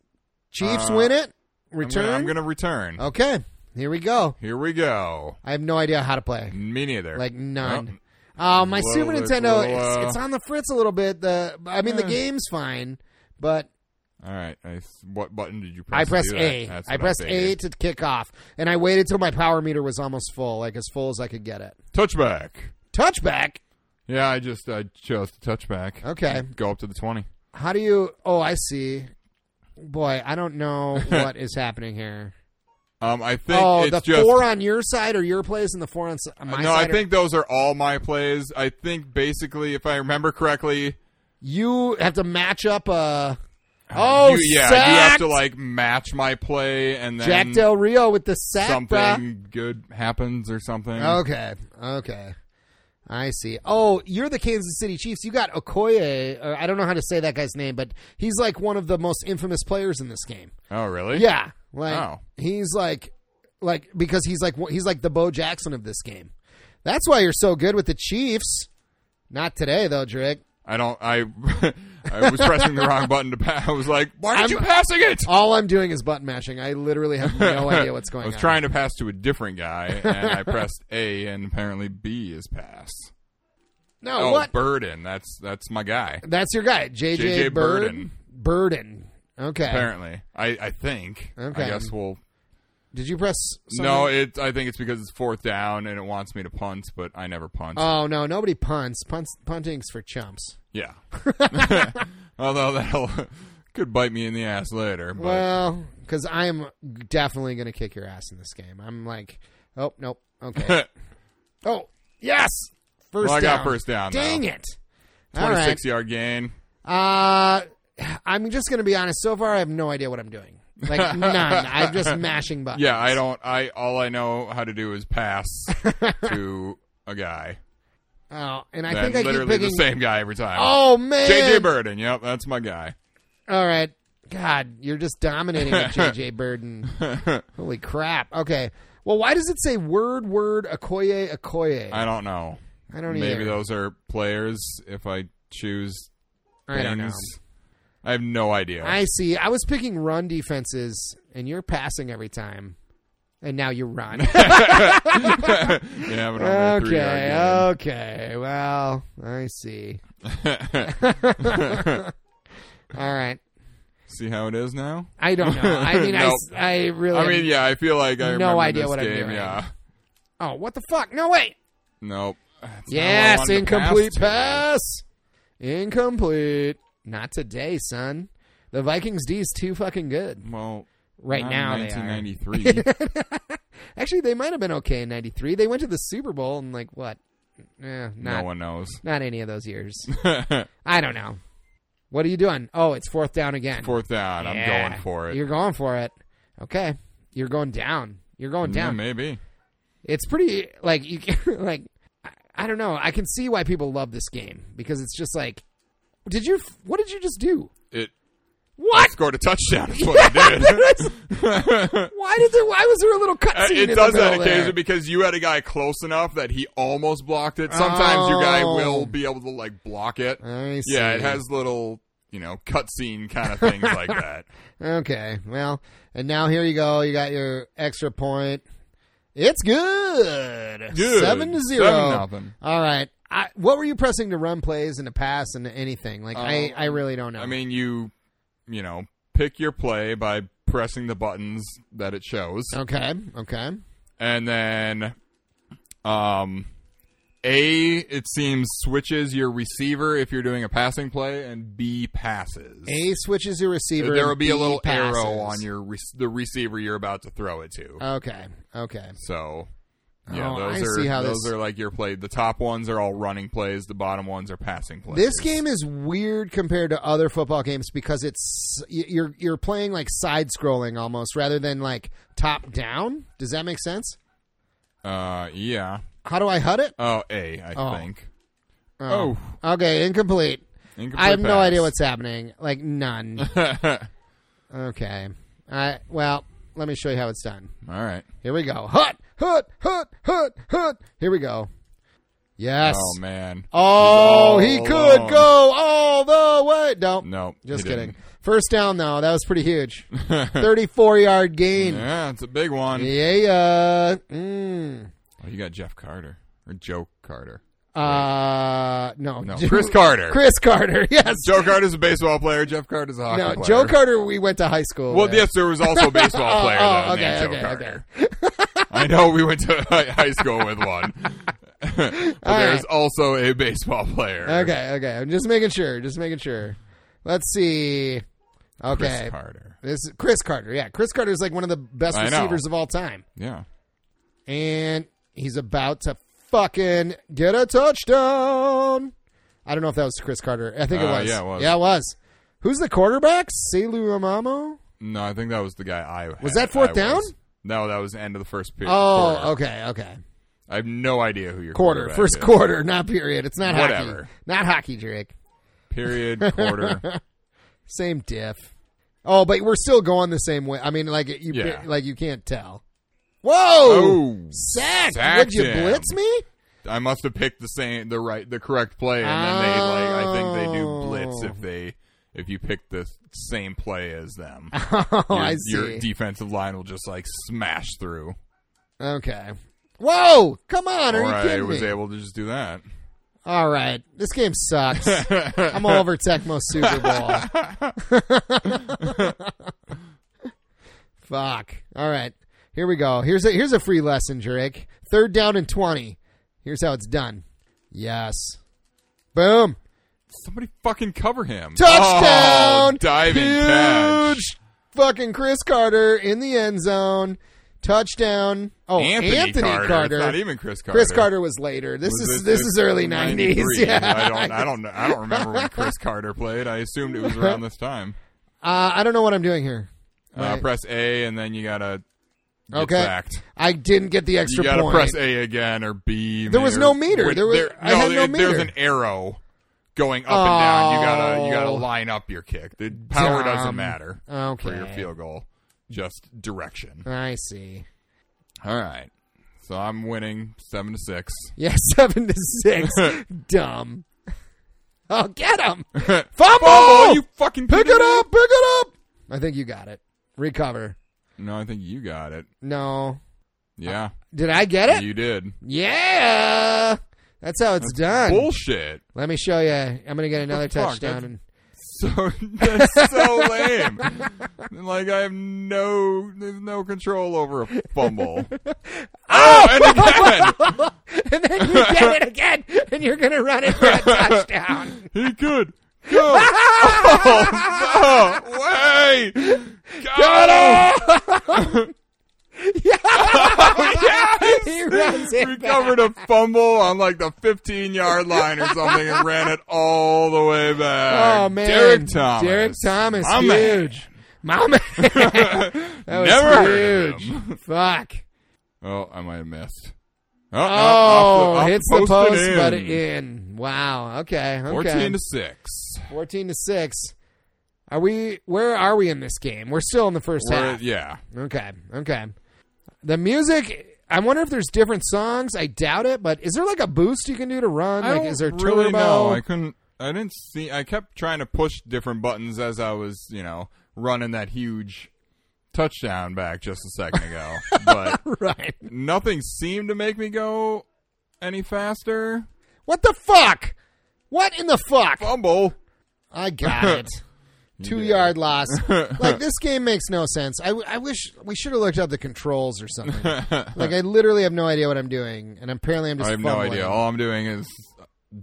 Speaker 2: Chiefs
Speaker 1: Uh,
Speaker 2: win it.
Speaker 1: I'm gonna-
Speaker 2: Return. Oh.
Speaker 1: I'm going to return.
Speaker 2: Okay. Here we go.
Speaker 1: Here we go.
Speaker 2: I have no idea how to play.
Speaker 1: Me neither.
Speaker 2: Like
Speaker 1: Nope.
Speaker 2: none. Uh, my
Speaker 1: Little-
Speaker 2: Super
Speaker 1: little,
Speaker 2: Nintendo,
Speaker 1: uh,
Speaker 2: it's, it's on the fritz a little bit. The I mean, the
Speaker 1: Yeah.
Speaker 2: game's fine, but
Speaker 1: All right. I s- what button did you press?
Speaker 2: I
Speaker 1: to
Speaker 2: pressed
Speaker 1: do that?
Speaker 2: A.
Speaker 1: That's
Speaker 2: I
Speaker 1: what
Speaker 2: pressed A
Speaker 1: figured.
Speaker 2: to kick off, and I waited till my power meter was almost full, like as full as I could get it.
Speaker 1: Touchback.
Speaker 2: Touchback.
Speaker 1: Yeah, I just I chose the touchback.
Speaker 2: Okay.
Speaker 1: Go up to the 20.
Speaker 2: How do you? Oh, I see. Boy, I don't know what is happening here.
Speaker 1: Um, I think
Speaker 2: Oh,
Speaker 1: it's
Speaker 2: the
Speaker 1: just. Uh,
Speaker 2: four on your side or your plays, and the four on s- on my
Speaker 1: no, I
Speaker 2: side. are-
Speaker 1: think those are all my plays. I think basically, if I remember correctly,
Speaker 2: you have to match up. Uh, oh,
Speaker 1: you, yeah,
Speaker 2: sacked!
Speaker 1: you have to like match my play, and then
Speaker 2: Jack Del Rio with the sack. bruh.
Speaker 1: something good happens or something.
Speaker 2: Okay, okay. I see. Oh, you're the Kansas City Chiefs. You got Okoye. Or I don't know how to say that guy's name, but he's like one of the most infamous players in this game.
Speaker 1: Oh, really?
Speaker 2: Yeah, like
Speaker 1: Oh.
Speaker 2: he's like, like because he's like he's like the Bo Jackson of this game. That's why you're so good with the Chiefs. Not today though, Drake.
Speaker 1: I don't. I I was pressing the wrong button to pass. I was like, why aren't you
Speaker 2: I'm-
Speaker 1: passing it?
Speaker 2: All I'm doing is button mashing. I literally have no idea what's going on.
Speaker 1: I was trying to pass to a different guy, and I pressed A, and apparently B is pass.
Speaker 2: No,
Speaker 1: Oh,
Speaker 2: what?
Speaker 1: Burden. That's that's my guy.
Speaker 2: That's your guy, JJ,
Speaker 1: J.J.
Speaker 2: Burden. Burden. Okay.
Speaker 1: Apparently, I I think.
Speaker 2: Okay.
Speaker 1: I guess we'll.
Speaker 2: Did you press? something?
Speaker 1: No, it. I think it's because it's fourth down, and it wants me to punt, but I never punt.
Speaker 2: Oh no, nobody punts. Punts punting's for chumps.
Speaker 1: yeah. Although that'll could bite me in the ass later. But
Speaker 2: Well, because I'm definitely gonna kick your ass in this game. I'm like, oh nope, okay. oh yes, first.
Speaker 1: Well, I
Speaker 2: down.
Speaker 1: got first down,
Speaker 2: Dang
Speaker 1: though.
Speaker 2: it! All right.
Speaker 1: twenty-six yard gain.
Speaker 2: Uh, I'm just gonna be honest. So far, I have no idea what I'm doing. Like none. I'm just mashing buttons.
Speaker 1: Yeah, I don't. I all I know how to do is pass to a guy.
Speaker 2: Oh, and I
Speaker 1: Then
Speaker 2: think I keep
Speaker 1: literally
Speaker 2: picking.
Speaker 1: the same guy every time.
Speaker 2: Oh man,
Speaker 1: JJ Burden. Yep, that's my guy.
Speaker 2: All right. God, you're just dominating with JJ Burden. Holy crap. Okay. Well, why does it say word, word, Okoye, Okoye?
Speaker 1: I don't know.
Speaker 2: I don't
Speaker 1: Maybe
Speaker 2: either.
Speaker 1: those are players. If I choose
Speaker 2: I don't know.
Speaker 1: things. I have no idea.
Speaker 2: I see. I was picking run defenses, and you're passing every time. And now you run.
Speaker 1: yeah, but I'm three
Speaker 2: okay. Okay. Well, I see. uh, All right.
Speaker 1: See how it is now.
Speaker 2: I don't know. I mean, I s I I, really.
Speaker 1: I mean, yeah, I feel like I
Speaker 2: No
Speaker 1: remember
Speaker 2: idea
Speaker 1: this
Speaker 2: what I'm
Speaker 1: game.
Speaker 2: doing.
Speaker 1: Yeah,
Speaker 2: oh, what the fuck? No, wait.
Speaker 1: nope. That's not what I
Speaker 2: Yes,
Speaker 1: wanted to
Speaker 2: incomplete
Speaker 1: pass.
Speaker 2: pass. Incomplete. Not today, son. The Vikings D is too fucking good
Speaker 1: to. Well,
Speaker 2: right
Speaker 1: not
Speaker 2: now.
Speaker 1: in
Speaker 2: They are
Speaker 1: 1993.
Speaker 2: actually they might have been okay in '93. They went to the Super Bowl and like what? Eh, not
Speaker 1: no one knows.
Speaker 2: not any of those years. I don't know. What are you doing? Oh, it's fourth down again.
Speaker 1: Fourth down.
Speaker 2: Yeah.
Speaker 1: I'm going for it.
Speaker 2: You're going for it. Okay, you're going down. You're going
Speaker 1: Yeah,
Speaker 2: down.
Speaker 1: maybe.
Speaker 2: it's pretty like you can like I, I don't know i can see why people love this game because it's just like did you what did you just do
Speaker 1: It
Speaker 2: what
Speaker 1: scored a touchdown. Is what I did.
Speaker 2: why did there why was there a little cutscene
Speaker 1: Uh,
Speaker 2: in
Speaker 1: it
Speaker 2: the
Speaker 1: does that
Speaker 2: middle there?
Speaker 1: occasionally because you had a guy close enough that he almost blocked it. Sometimes your guy
Speaker 2: Oh.
Speaker 1: will be able to like block it.
Speaker 2: I see.
Speaker 1: Yeah, it has little you know cutscene kind of things like that.
Speaker 2: okay well and now here you go you got your extra point it's good,
Speaker 1: Good.
Speaker 2: seven to zero
Speaker 1: Seven nothing.
Speaker 2: all right I, what were you pressing to run plays and to pass and to anything like I,
Speaker 1: Um,
Speaker 2: I really don't know
Speaker 1: I mean, you you know pick your play by pressing the buttons that it shows,
Speaker 2: okay okay
Speaker 1: and then um. A, it seems switches your receiver if you're doing a passing play, and B passes.
Speaker 2: a switches your receiver
Speaker 1: there
Speaker 2: and
Speaker 1: will be a
Speaker 2: B
Speaker 1: little
Speaker 2: passes.
Speaker 1: arrow on your re- the receiver you're about to throw it to.
Speaker 2: Okay. Okay.
Speaker 1: so yeah,
Speaker 2: Oh,
Speaker 1: those
Speaker 2: I
Speaker 1: are
Speaker 2: see how
Speaker 1: those
Speaker 2: this-
Speaker 1: are like your play. The top ones are all running plays. The bottom ones are passing plays.
Speaker 2: This game is weird compared to other football games because it's y- you're you're playing like side scrolling almost rather than like top down. Does that make sense?
Speaker 1: uh, yeah.
Speaker 2: How do I HUD it?
Speaker 1: Oh, a I
Speaker 2: Oh.
Speaker 1: think. Oh.
Speaker 2: Okay, incomplete.
Speaker 1: Incomplete
Speaker 2: I have no
Speaker 1: pass.
Speaker 2: idea what's happening. Like none. okay. I well, let me show you how it's done.
Speaker 1: All right.
Speaker 2: Here we go. Hut, hut, hut, hut, hut. Here we go. Yes.
Speaker 1: Oh man.
Speaker 2: Oh,
Speaker 1: He's all
Speaker 2: he could
Speaker 1: alone.
Speaker 2: go all the way. No,
Speaker 1: No.
Speaker 2: just
Speaker 1: he
Speaker 2: kidding.
Speaker 1: didn't.
Speaker 2: First down though. That was pretty huge. Thirty-four yard gain. Yeah.
Speaker 1: Yeah, it's a big one.
Speaker 2: Mm.
Speaker 1: Oh, you got Jeff Carter or Joe Carter.
Speaker 2: Uh, no.
Speaker 1: No, Chris Carter.
Speaker 2: Chris Carter. Yes.
Speaker 1: Joe Carter's a baseball player. Jeff Carter's a hockey
Speaker 2: no,
Speaker 1: player.
Speaker 2: Joe Carter. We went to high school.
Speaker 1: Well,
Speaker 2: with.
Speaker 1: yes, there was also a baseball player
Speaker 2: oh,
Speaker 1: though, named
Speaker 2: okay,
Speaker 1: Joe
Speaker 2: okay,
Speaker 1: Carter. I know we went to hi- high school with one, but
Speaker 2: All
Speaker 1: there's
Speaker 2: right.
Speaker 1: also a baseball player.
Speaker 2: Okay, okay. I'm just making sure. Just making sure. Let's see.
Speaker 1: Chris
Speaker 2: Okay.
Speaker 1: Carter.
Speaker 2: This is Chris Carter. Yeah, Chris Carter is like one of the best
Speaker 1: I know.
Speaker 2: receivers of all time,
Speaker 1: Yeah.
Speaker 2: and he's about to fucking get a touchdown. I don't know if that was Chris Carter. I think it
Speaker 1: Uh,
Speaker 2: was.
Speaker 1: yeah, it was.
Speaker 2: Yeah, it was. Who's the quarterback? Salu Amamo.
Speaker 1: No, I think that was the guy I had-
Speaker 2: Was that fourth
Speaker 1: I
Speaker 2: down?
Speaker 1: was. No, that was the end of the first period.
Speaker 2: Oh, okay, okay.
Speaker 1: I have no idea who your
Speaker 2: Quarter,
Speaker 1: quarterback
Speaker 2: first
Speaker 1: is.
Speaker 2: quarter, not period. It's not hockey.
Speaker 1: Whatever.
Speaker 2: Not hockey, Drake.
Speaker 1: period quarter.
Speaker 2: Same diff. Oh, but we're still going the same way. I mean, like you,
Speaker 1: Yeah.
Speaker 2: like you can't tell.
Speaker 1: Oh,
Speaker 2: Whoa! sack! Would
Speaker 1: sacked
Speaker 2: you
Speaker 1: him.
Speaker 2: blitz me?
Speaker 1: I must have picked the same, the right, the correct play, and then they like. I think they do blitz
Speaker 2: Oh.
Speaker 1: if they if you pick the same play as them.
Speaker 2: Oh,
Speaker 1: your,
Speaker 2: I see.
Speaker 1: your defensive line will just like smash through.
Speaker 2: okay. Whoa! Come on, are
Speaker 1: Or
Speaker 2: you
Speaker 1: I
Speaker 2: kidding
Speaker 1: was
Speaker 2: me?
Speaker 1: able to just do that.
Speaker 2: All right, this game sucks. I'm all over Tecmo Super Bowl. Fuck. All right, here we go. Here's a here's a free lesson, Drake. Third down and twenty. Here's how it's done. Yes. Boom.
Speaker 1: Somebody fucking cover him.
Speaker 2: Touchdown!
Speaker 1: Oh, diving
Speaker 2: Huge
Speaker 1: catch.
Speaker 2: fucking Chris Carter in the end zone. Touchdown. Oh,
Speaker 1: Anthony,
Speaker 2: Anthony,
Speaker 1: Carter. It's not even Chris Carter.
Speaker 2: Chris Carter was later. This
Speaker 1: Was
Speaker 2: is this, is early nineties.
Speaker 1: 93.
Speaker 2: Yeah.
Speaker 1: I don't I don't know. I don't remember when Chris Carter played. I assumed it was around this time.
Speaker 2: Uh, I don't know what I'm doing here.
Speaker 1: Uh,
Speaker 2: Right.
Speaker 1: press A and then you gotta get
Speaker 2: Okay.
Speaker 1: sacked.
Speaker 2: I didn't get the
Speaker 1: You
Speaker 2: extra
Speaker 1: gotta
Speaker 2: point.
Speaker 1: press A again or B.
Speaker 2: There was
Speaker 1: or-
Speaker 2: no meter.
Speaker 1: Wait,
Speaker 2: There was- I
Speaker 1: no,
Speaker 2: had no
Speaker 1: there- There's
Speaker 2: meter.
Speaker 1: an arrow going up and down. You gotta you gotta
Speaker 2: Oh.
Speaker 1: line up your kick. The power
Speaker 2: Dumb.
Speaker 1: doesn't matter
Speaker 2: Okay.
Speaker 1: for your field goal. Just direction.
Speaker 2: I see.
Speaker 1: All right. So I'm winning seven to six.
Speaker 2: Yeah, seven to six. Dumb. Oh, get him! Fumble!
Speaker 1: Fumble, you fucking
Speaker 2: pick
Speaker 1: kidding
Speaker 2: it
Speaker 1: me?
Speaker 2: up! Pick it up! I think you got it. Recover.
Speaker 1: No, I think you got it.
Speaker 2: No,
Speaker 1: Yeah,
Speaker 2: did I get it?
Speaker 1: you did.
Speaker 2: Yeah, that's how it's done.
Speaker 1: Bullshit.
Speaker 2: Let me show you. I'm gonna get another
Speaker 1: the fuck?
Speaker 2: touchdown.
Speaker 1: That's- So that's so lame. Like I have no, there's no control over a fumble. oh,
Speaker 2: Ah!
Speaker 1: and again.
Speaker 2: and, and then you get it again, and you're gonna run it for a touchdown.
Speaker 1: He could go. oh, no way. Got him.
Speaker 2: he runs it.
Speaker 1: We
Speaker 2: back.
Speaker 1: covered a fumble on like the 15 yard line or something and ran it all the way back.
Speaker 2: Oh man,
Speaker 1: Uh, Derek Thomas.
Speaker 2: Derek Thomas,
Speaker 1: My man.
Speaker 2: huge. My man. that was
Speaker 1: Never heard of
Speaker 2: huge. Fuck.
Speaker 1: Oh, I might have missed. Oh,
Speaker 2: Oh,
Speaker 1: off the- off
Speaker 2: hits the post,
Speaker 1: and in.
Speaker 2: but in. Wow. Okay. okay.
Speaker 1: 14 to 6.
Speaker 2: 14 to six. Are we? Where are we in this game? We're still in the 1st
Speaker 1: We're-
Speaker 2: half.
Speaker 1: yeah.
Speaker 2: Okay. Okay. The music. I wonder if there's different songs. I doubt it, but is there like a boost you can do to run?
Speaker 1: I
Speaker 2: like,
Speaker 1: don't
Speaker 2: is there
Speaker 1: really
Speaker 2: turbo?
Speaker 1: know. I couldn't. I didn't see. I kept trying to push different buttons as I was, you know, running that huge touchdown back just a second ago, but
Speaker 2: right.
Speaker 1: nothing seemed to make me go any faster.
Speaker 2: What the fuck? What in the fuck?
Speaker 1: Fumble.
Speaker 2: I got it. Two
Speaker 1: did.
Speaker 2: yard loss. like this game makes no sense. I, I wish we should have looked up the controls or something. like I literally have no idea what I'm doing, and apparently I'm just.
Speaker 1: I have no
Speaker 2: fumbling.
Speaker 1: idea. All I'm doing is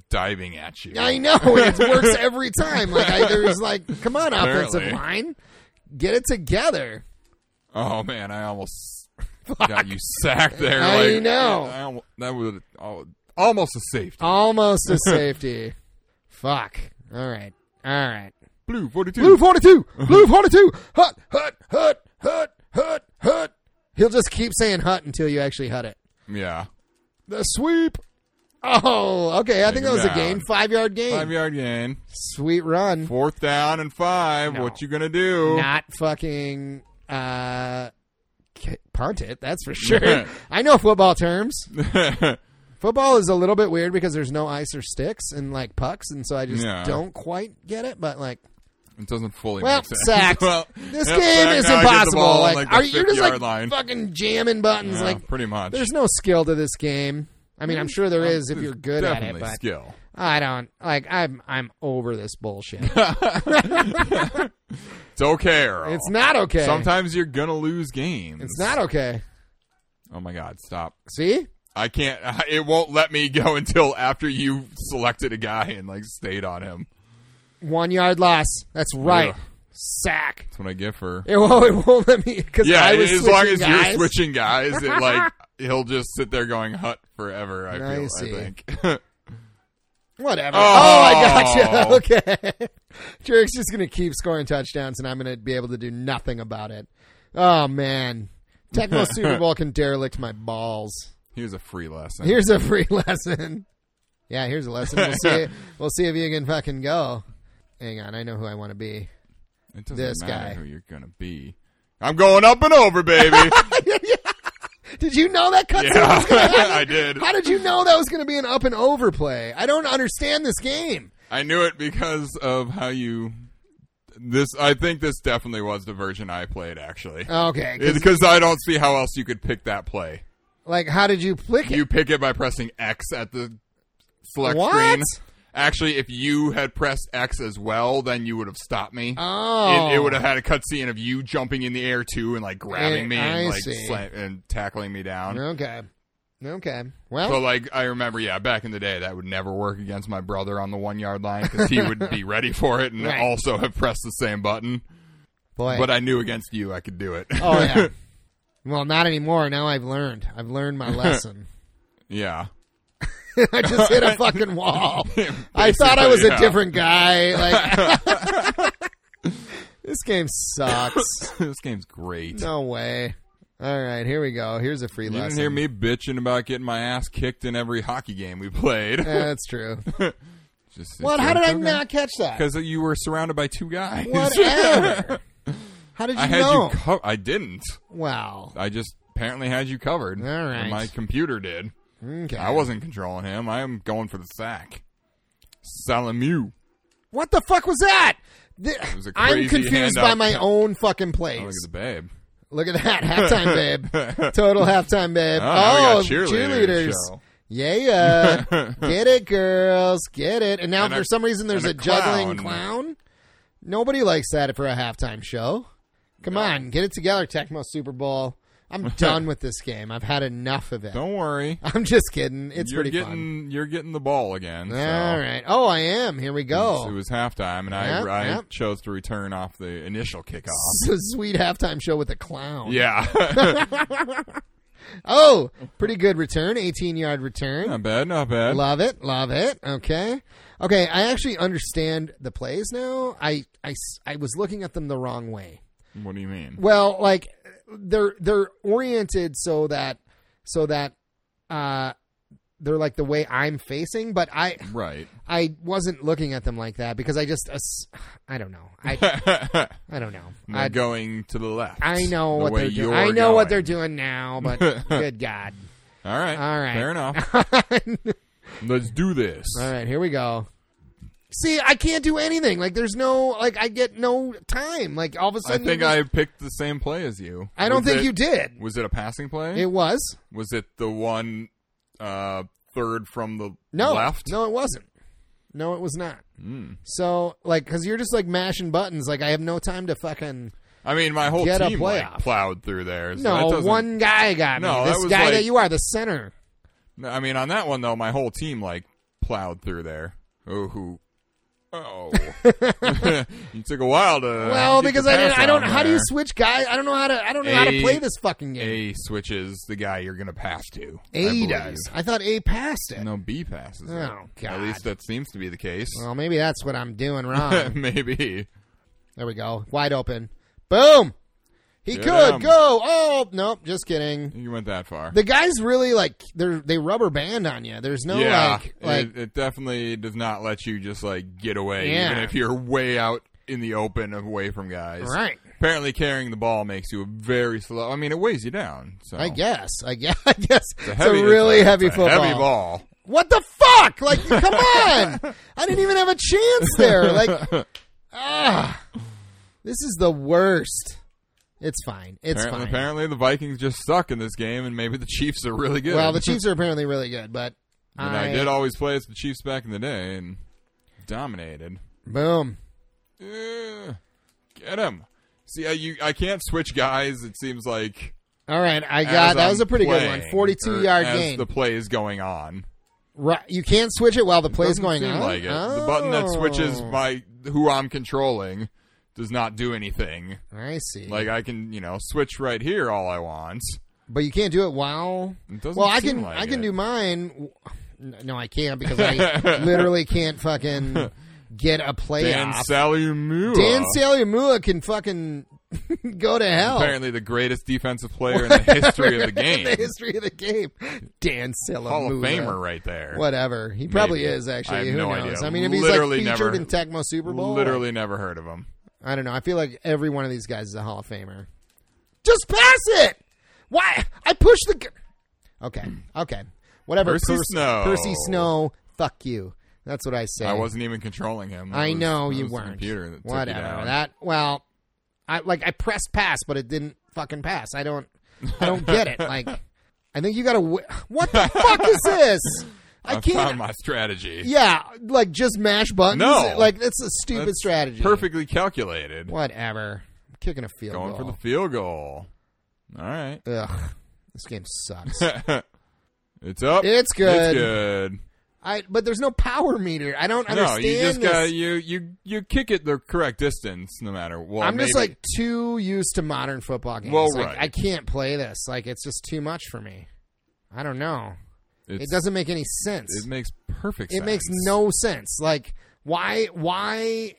Speaker 1: diving at you.
Speaker 2: I know it works every time. Like I, there's like, come on, offensive
Speaker 1: Apparently.
Speaker 2: line, get it together.
Speaker 1: Oh man, I almost got you sacked there.
Speaker 2: I
Speaker 1: like,
Speaker 2: know.
Speaker 1: I almo- that was al- almost a safety.
Speaker 2: Almost a safety. Fuck. All right. All right.
Speaker 1: Blue forty-two.
Speaker 2: Blue forty two. Blue forty two. Hut hut hut hut hut hut. He'll just keep saying hut until you actually hut it.
Speaker 1: yeah.
Speaker 2: The sweep. Oh, okay. I think that was a
Speaker 1: him
Speaker 2: game.
Speaker 1: down.
Speaker 2: Five yard game.
Speaker 1: Five yard gain.
Speaker 2: Sweet run.
Speaker 1: Fourth down and five.
Speaker 2: No.
Speaker 1: What you gonna do?
Speaker 2: Not fucking uh, k- punt it. That's for sure. I know football terms. Football is a little bit weird because there's no ice or sticks and like pucks, and so I just
Speaker 1: Yeah.
Speaker 2: don't quite get it. But like,
Speaker 1: it doesn't fully
Speaker 2: well,
Speaker 1: make sense.
Speaker 2: sacked.
Speaker 1: Well,
Speaker 2: this
Speaker 1: yep,
Speaker 2: game
Speaker 1: sack.
Speaker 2: is
Speaker 1: Now I get the
Speaker 2: impossible.
Speaker 1: ball on,
Speaker 2: Like,
Speaker 1: the
Speaker 2: are you just
Speaker 1: 50-yard
Speaker 2: like
Speaker 1: line.
Speaker 2: fucking jamming buttons?
Speaker 1: Yeah,
Speaker 2: Like,
Speaker 1: pretty much. Mm,
Speaker 2: there's no skill to this game. I mean, I'm sure there is if you're good at it,
Speaker 1: Definitely
Speaker 2: but
Speaker 1: skill.
Speaker 2: I don't like. I'm I'm over this bullshit.
Speaker 1: It's okay. Earl.
Speaker 2: it's not okay.
Speaker 1: Sometimes you're gonna lose games.
Speaker 2: it's not okay.
Speaker 1: Oh my God! Stop.
Speaker 2: See,
Speaker 1: I can't. It won't let me go until after you selected a guy and like stayed on him.
Speaker 2: one yard loss. That's right.
Speaker 1: Ugh.
Speaker 2: Sack.
Speaker 1: That's what I give her.
Speaker 2: It won't. It won't let me because
Speaker 1: Yeah,
Speaker 2: I was
Speaker 1: as long
Speaker 2: switching
Speaker 1: as
Speaker 2: guys.
Speaker 1: you're switching guys, it like he'll just sit there going hut forever. I
Speaker 2: I
Speaker 1: feel.
Speaker 2: see.
Speaker 1: I think.
Speaker 2: Whatever. Oh,
Speaker 1: Oh.
Speaker 2: I gotcha. Okay. Jarek's just going to keep scoring touchdowns, and I'm going to be able to do nothing about it. Oh, man. Tecmo Super Bowl can derelict my balls.
Speaker 1: Here's a free lesson.
Speaker 2: Here's a free lesson. Yeah, here's a lesson. We'll see. We'll see if you can fucking go. Hang on, I know who I want to be.
Speaker 1: it doesn't
Speaker 2: this
Speaker 1: matter
Speaker 2: guy.
Speaker 1: who you're gonna be. I'm going up and over, baby.
Speaker 2: Did you know that cutscene?
Speaker 1: yeah,
Speaker 2: was gonna happen?
Speaker 1: I did.
Speaker 2: How did you know that was going to be an up and over play? I don't understand this game.
Speaker 1: I knew it because of how you. This I think this definitely was the version I played actually.
Speaker 2: Okay, 'cause,
Speaker 1: Because I don't see how else you could pick that play.
Speaker 2: like how did you click it?
Speaker 1: You pick it by pressing X at the select
Speaker 2: What?
Speaker 1: screen. Actually, if you had pressed X as well, then you would have stopped me.
Speaker 2: oh,
Speaker 1: It, it would have had a cutscene of you jumping in the air too and like grabbing
Speaker 2: Eh,
Speaker 1: me
Speaker 2: I
Speaker 1: and like
Speaker 2: see.
Speaker 1: slam- and tackling me down.
Speaker 2: Okay. Okay. Well,
Speaker 1: So like I remember, yeah, back in the day, that would never work against my brother on the one yard line because he would be ready for it and
Speaker 2: Right.
Speaker 1: also have pressed the same button.
Speaker 2: boy.
Speaker 1: But I knew against you, I could do it.
Speaker 2: oh yeah. Well, not anymore. Now I've learned. I've learned my lesson.
Speaker 1: yeah.
Speaker 2: I just hit a fucking wall. I thought I was a
Speaker 1: yeah.
Speaker 2: different guy. Like This game sucks.
Speaker 1: this game's great.
Speaker 2: No way. All right, here we go. Here's a free
Speaker 1: You
Speaker 2: lesson.
Speaker 1: didn't hear me bitching about getting my ass kicked in every hockey game we played.
Speaker 2: Yeah, that's true.
Speaker 1: Just-
Speaker 2: Eh. What? How did I not catch that?
Speaker 1: Because you were surrounded by two guys.
Speaker 2: Whatever. How did you
Speaker 1: I had
Speaker 2: know?
Speaker 1: you. Co- I didn't.
Speaker 2: wow.
Speaker 1: I just apparently had you covered.
Speaker 2: All right.
Speaker 1: My computer did.
Speaker 2: Okay.
Speaker 1: I wasn't controlling him. I am going for the sack. Salamu.
Speaker 2: What the fuck was that? Th-
Speaker 1: was a
Speaker 2: I'm
Speaker 1: crazy
Speaker 2: confused by
Speaker 1: handout.
Speaker 2: my own fucking
Speaker 1: Oh, look
Speaker 2: plays.
Speaker 1: at the babe.
Speaker 2: Look at that halftime, babe. Total halftime, babe.
Speaker 1: Oh, now
Speaker 2: Oh,
Speaker 1: we got cheerleaders.
Speaker 2: cheerleaders.
Speaker 1: Cheryl.
Speaker 2: Yeah, get it, girls, get it. And now
Speaker 1: And
Speaker 2: for
Speaker 1: a-
Speaker 2: some reason, there's a,
Speaker 1: and a clown.
Speaker 2: juggling clown. Nobody likes that for a halftime show. Come on, get it together, Tecmo Super Bowl. I'm done with this game. I've had enough of it.
Speaker 1: Don't worry.
Speaker 2: I'm just kidding. It's
Speaker 1: you're
Speaker 2: pretty fun.
Speaker 1: getting you're getting the ball again. so.
Speaker 2: All right. Oh, I am. Here we
Speaker 1: It
Speaker 2: go.
Speaker 1: was halftime, and
Speaker 2: Yep,
Speaker 1: I, I
Speaker 2: yep.
Speaker 1: chose to return off the initial kickoff.
Speaker 2: It's a sweet halftime show with a clown.
Speaker 1: Yeah,
Speaker 2: Oh, pretty good return. 18 yard return.
Speaker 1: not bad, not bad.
Speaker 2: Love it, love it. Okay, okay. I actually understand the plays now. I, I, s- I was looking at them the wrong way.
Speaker 1: What do you mean?
Speaker 2: Well, like they're they're oriented so that so that uh they're like the way I'm facing, but I
Speaker 1: Right.
Speaker 2: I wasn't looking at them like that because I just ass- I don't know. I
Speaker 1: they're
Speaker 2: I don't know. I
Speaker 1: going to the left.
Speaker 2: I know
Speaker 1: the
Speaker 2: what
Speaker 1: way
Speaker 2: they're doing.
Speaker 1: you're
Speaker 2: I know what they're
Speaker 1: going.
Speaker 2: doing now, but good God.
Speaker 1: All right.
Speaker 2: All right.
Speaker 1: Fair enough. Let's do this.
Speaker 2: All right, here we go. See, I can't do anything. Like, there's no like, I get no time. Like, all of a
Speaker 1: I
Speaker 2: sudden,
Speaker 1: think
Speaker 2: it was-
Speaker 1: I picked the same play as you.
Speaker 2: I don't
Speaker 1: Was
Speaker 2: think
Speaker 1: it-
Speaker 2: you did.
Speaker 1: Was it a passing play?
Speaker 2: It was
Speaker 1: was it the one uh, third from the
Speaker 2: no,
Speaker 1: left? Hmm.
Speaker 2: no, it wasn't. No, it was not. So, like, because you're just like mashing buttons. Like, I have no time to fucking.
Speaker 1: I mean, my whole
Speaker 2: Get a
Speaker 1: team like,
Speaker 2: playoff.
Speaker 1: plowed through there. So that
Speaker 2: No,
Speaker 1: doesn't-
Speaker 2: one guy got me.
Speaker 1: No, that
Speaker 2: this
Speaker 1: was
Speaker 2: guy
Speaker 1: like-
Speaker 2: that you are, the center.
Speaker 1: No, I mean, on that one though, my whole team like plowed through there. Oh, who? Oh, you took a while to.
Speaker 2: Well,
Speaker 1: get
Speaker 2: because
Speaker 1: your
Speaker 2: I didn't.
Speaker 1: pass
Speaker 2: I don't.
Speaker 1: on
Speaker 2: How do you
Speaker 1: there.
Speaker 2: switch guy? I don't know how to. I don't know how to
Speaker 1: A-
Speaker 2: play this fucking game.
Speaker 1: A switches the guy you're gonna pass to. I
Speaker 2: A,
Speaker 1: believe.
Speaker 2: does. I thought A passed it.
Speaker 1: No, B passes. it.
Speaker 2: Oh, God.
Speaker 1: At least that seems to be the case.
Speaker 2: Well, maybe that's what I'm doing wrong.
Speaker 1: Maybe.
Speaker 2: There we go. Wide open. Boom. He
Speaker 1: Get
Speaker 2: could
Speaker 1: him.
Speaker 2: go. Oh nope, just kidding.
Speaker 1: You went that far.
Speaker 2: The guys really like they they rubber band on you. There's no
Speaker 1: yeah,
Speaker 2: like like
Speaker 1: it, it definitely does not let you just like get away,
Speaker 2: Yeah.
Speaker 1: even if you're way out in the open, away from guys.
Speaker 2: right.
Speaker 1: Apparently, carrying the ball makes you very slow. I mean, it weighs you down. So
Speaker 2: I guess. I guess. I guess. It's a,
Speaker 1: heavy-
Speaker 2: really
Speaker 1: Oh. it's a-
Speaker 2: heavy
Speaker 1: it's a
Speaker 2: football.
Speaker 1: Heavy ball.
Speaker 2: What the fuck? Like, come on! I didn't even have a chance there. Like, ah, this is the worst. It's fine. It's
Speaker 1: Apparently,
Speaker 2: fine.
Speaker 1: apparently the Vikings just suck in this game, and maybe the Chiefs are really good.
Speaker 2: Well, the Chiefs are apparently really good, but
Speaker 1: and I, did always play as the Chiefs back in the day and dominated.
Speaker 2: boom.
Speaker 1: Ugh. get him. See, I, you, I can't switch guys. It seems like
Speaker 2: All right, I
Speaker 1: as
Speaker 2: got that
Speaker 1: I'm
Speaker 2: was a pretty
Speaker 1: playing,
Speaker 2: good one. Forty-two
Speaker 1: or
Speaker 2: yard
Speaker 1: as
Speaker 2: game.
Speaker 1: The play is going on.
Speaker 2: right, you can't switch it while the play's
Speaker 1: Doesn't
Speaker 2: going
Speaker 1: seem
Speaker 2: on.
Speaker 1: Like it. The button that switches
Speaker 2: Oh.
Speaker 1: my who I'm controlling does not do anything.
Speaker 2: I see.
Speaker 1: Like I can, you know, switch right here all I want.
Speaker 2: but you can't do it while.
Speaker 1: It doesn't
Speaker 2: Well, I
Speaker 1: seem
Speaker 2: can.
Speaker 1: like
Speaker 2: I can
Speaker 1: it.
Speaker 2: do mine. No, I can't because I literally can't fucking get a playoff.
Speaker 1: Dan uh, Salamua.
Speaker 2: Dan Salamua can fucking go to hell.
Speaker 1: apparently the greatest defensive player in the history of the
Speaker 2: In
Speaker 1: game.
Speaker 2: the history of the game. Dan Salamua.
Speaker 1: Hall of Famer right there.
Speaker 2: Whatever. He probably
Speaker 1: Maybe.
Speaker 2: is, actually.
Speaker 1: I have
Speaker 2: Who
Speaker 1: no
Speaker 2: knows?
Speaker 1: idea.
Speaker 2: I mean, if he's
Speaker 1: Literally
Speaker 2: like
Speaker 1: never-
Speaker 2: featured in Tecmo Super Bowl,
Speaker 1: Literally never heard of him.
Speaker 2: I don't know. I feel like every one of these guys is a Hall of Famer. Just pass it! Why? I push the. g- Okay. Okay. Whatever.
Speaker 1: Percy Snow.
Speaker 2: Percy Snow. Fuck you. That's what I say.
Speaker 1: I wasn't even controlling him. It
Speaker 2: I
Speaker 1: was-
Speaker 2: know
Speaker 1: it
Speaker 2: you
Speaker 1: was the
Speaker 2: weren't.
Speaker 1: Computer that took you
Speaker 2: Whatever.
Speaker 1: down.
Speaker 2: That well, I like I pressed pass, but it didn't fucking pass. I don't. I don't get it. Like, I think you got to. W- what the fuck is this?
Speaker 1: I
Speaker 2: I,
Speaker 1: found
Speaker 2: can't.
Speaker 1: my strategy.
Speaker 2: yeah, like just mash buttons.
Speaker 1: No.
Speaker 2: like that's a stupid
Speaker 1: That's
Speaker 2: strategy.
Speaker 1: Perfectly calculated.
Speaker 2: Whatever. I'm kicking a field
Speaker 1: Going for the
Speaker 2: goal.
Speaker 1: field goal. All right.
Speaker 2: Ugh, this game sucks.
Speaker 1: it's up.
Speaker 2: It's good.
Speaker 1: It's good.
Speaker 2: I but there's no power meter. I don't
Speaker 1: No,
Speaker 2: understand.
Speaker 1: you just
Speaker 2: this.
Speaker 1: got you you you kick it the correct distance no matter what.
Speaker 2: I'm just like too used to modern football games.
Speaker 1: Well,
Speaker 2: Like,
Speaker 1: right.
Speaker 2: I can't play this. Like it's just too much for me. I don't know.
Speaker 1: it's,
Speaker 2: it doesn't make any sense.
Speaker 1: It makes perfect.
Speaker 2: It makes
Speaker 1: sense.
Speaker 2: no sense. Like why why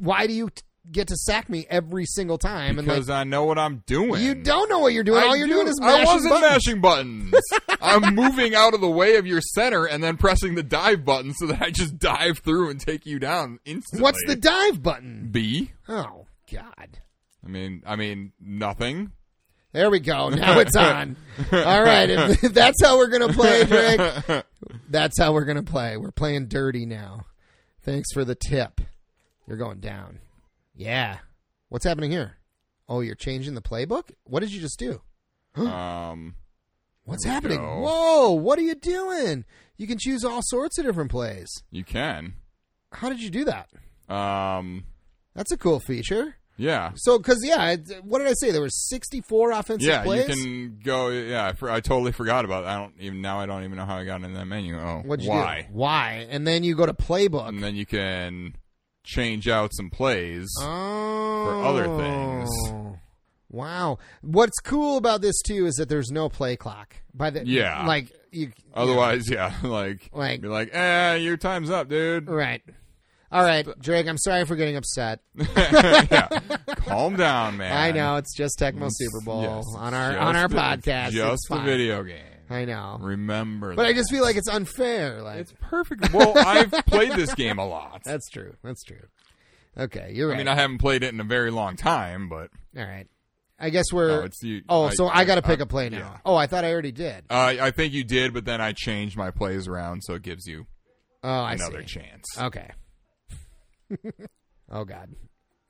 Speaker 2: why do you t- get to sack me every single time
Speaker 1: because
Speaker 2: and
Speaker 1: I know what I'm doing.
Speaker 2: like you don't know what you're doing.
Speaker 1: I
Speaker 2: All you're
Speaker 1: do-
Speaker 2: doing is
Speaker 1: I
Speaker 2: mashing
Speaker 1: wasn't
Speaker 2: buttons.
Speaker 1: mashing buttons. I'm moving out of the way of your center and then pressing the dive button so that I just dive through and take you down instantly.
Speaker 2: What's the dive button?
Speaker 1: B?
Speaker 2: Oh god.
Speaker 1: I mean, I mean nothing.
Speaker 2: There we go. Now it's on. All right. If, if that's how we're going to play, Drake, that's how we're going to play. We're playing dirty now. Thanks for the tip. You're going down. Yeah. What's happening here? Oh, you're changing the playbook? What did you just do?
Speaker 1: Um,
Speaker 2: What's happening?
Speaker 1: go.
Speaker 2: Whoa, what are you doing? You can choose all sorts of different plays.
Speaker 1: you can.
Speaker 2: How did you do that?
Speaker 1: Um,
Speaker 2: That's a cool feature.
Speaker 1: yeah.
Speaker 2: So, because, yeah, it- what did I say? There were 64 offensive
Speaker 1: Yeah,
Speaker 2: plays?
Speaker 1: you can go. Yeah, I, for, I totally forgot about. I don't even now. I don't even know how I got in that menu. Oh,
Speaker 2: What'd you
Speaker 1: why?
Speaker 2: do? Why? And then you go to playbook.
Speaker 1: And then you can change out some plays.
Speaker 2: oh.
Speaker 1: other things.
Speaker 2: Wow. What's cool about this too is that there's no play clock. By the
Speaker 1: Yeah.
Speaker 2: like you
Speaker 1: Otherwise, yeah, like,
Speaker 2: Like-
Speaker 1: you're like, eh, your time's up, dude.
Speaker 2: yeah. right. All right, Drake. I'm sorry for getting upset.
Speaker 1: Calm down, man.
Speaker 2: I know it's just Tecmo Super Bowl
Speaker 1: Yes,
Speaker 2: on our
Speaker 1: just
Speaker 2: on our
Speaker 1: a-
Speaker 2: podcast.
Speaker 1: Just
Speaker 2: it's
Speaker 1: a
Speaker 2: fine.
Speaker 1: video game.
Speaker 2: I know,
Speaker 1: Remember,
Speaker 2: but I
Speaker 1: that.
Speaker 2: just feel like it's unfair. Like
Speaker 1: it's perfect. Well, I've played this game a lot.
Speaker 2: that's true. That's true. Okay, you're right.
Speaker 1: I mean, I haven't played it in a very long time, but
Speaker 2: All right. I guess we're.
Speaker 1: No, it's you-
Speaker 2: oh,
Speaker 1: I-
Speaker 2: so I, got to
Speaker 1: I-
Speaker 2: pick
Speaker 1: I-
Speaker 2: a play now.
Speaker 1: yeah.
Speaker 2: Oh, I thought I already did.
Speaker 1: uh, I think you did. But then I changed my plays around, so it gives you
Speaker 2: Oh, I
Speaker 1: another
Speaker 2: see. Um,
Speaker 1: chance.
Speaker 2: Okay. oh God.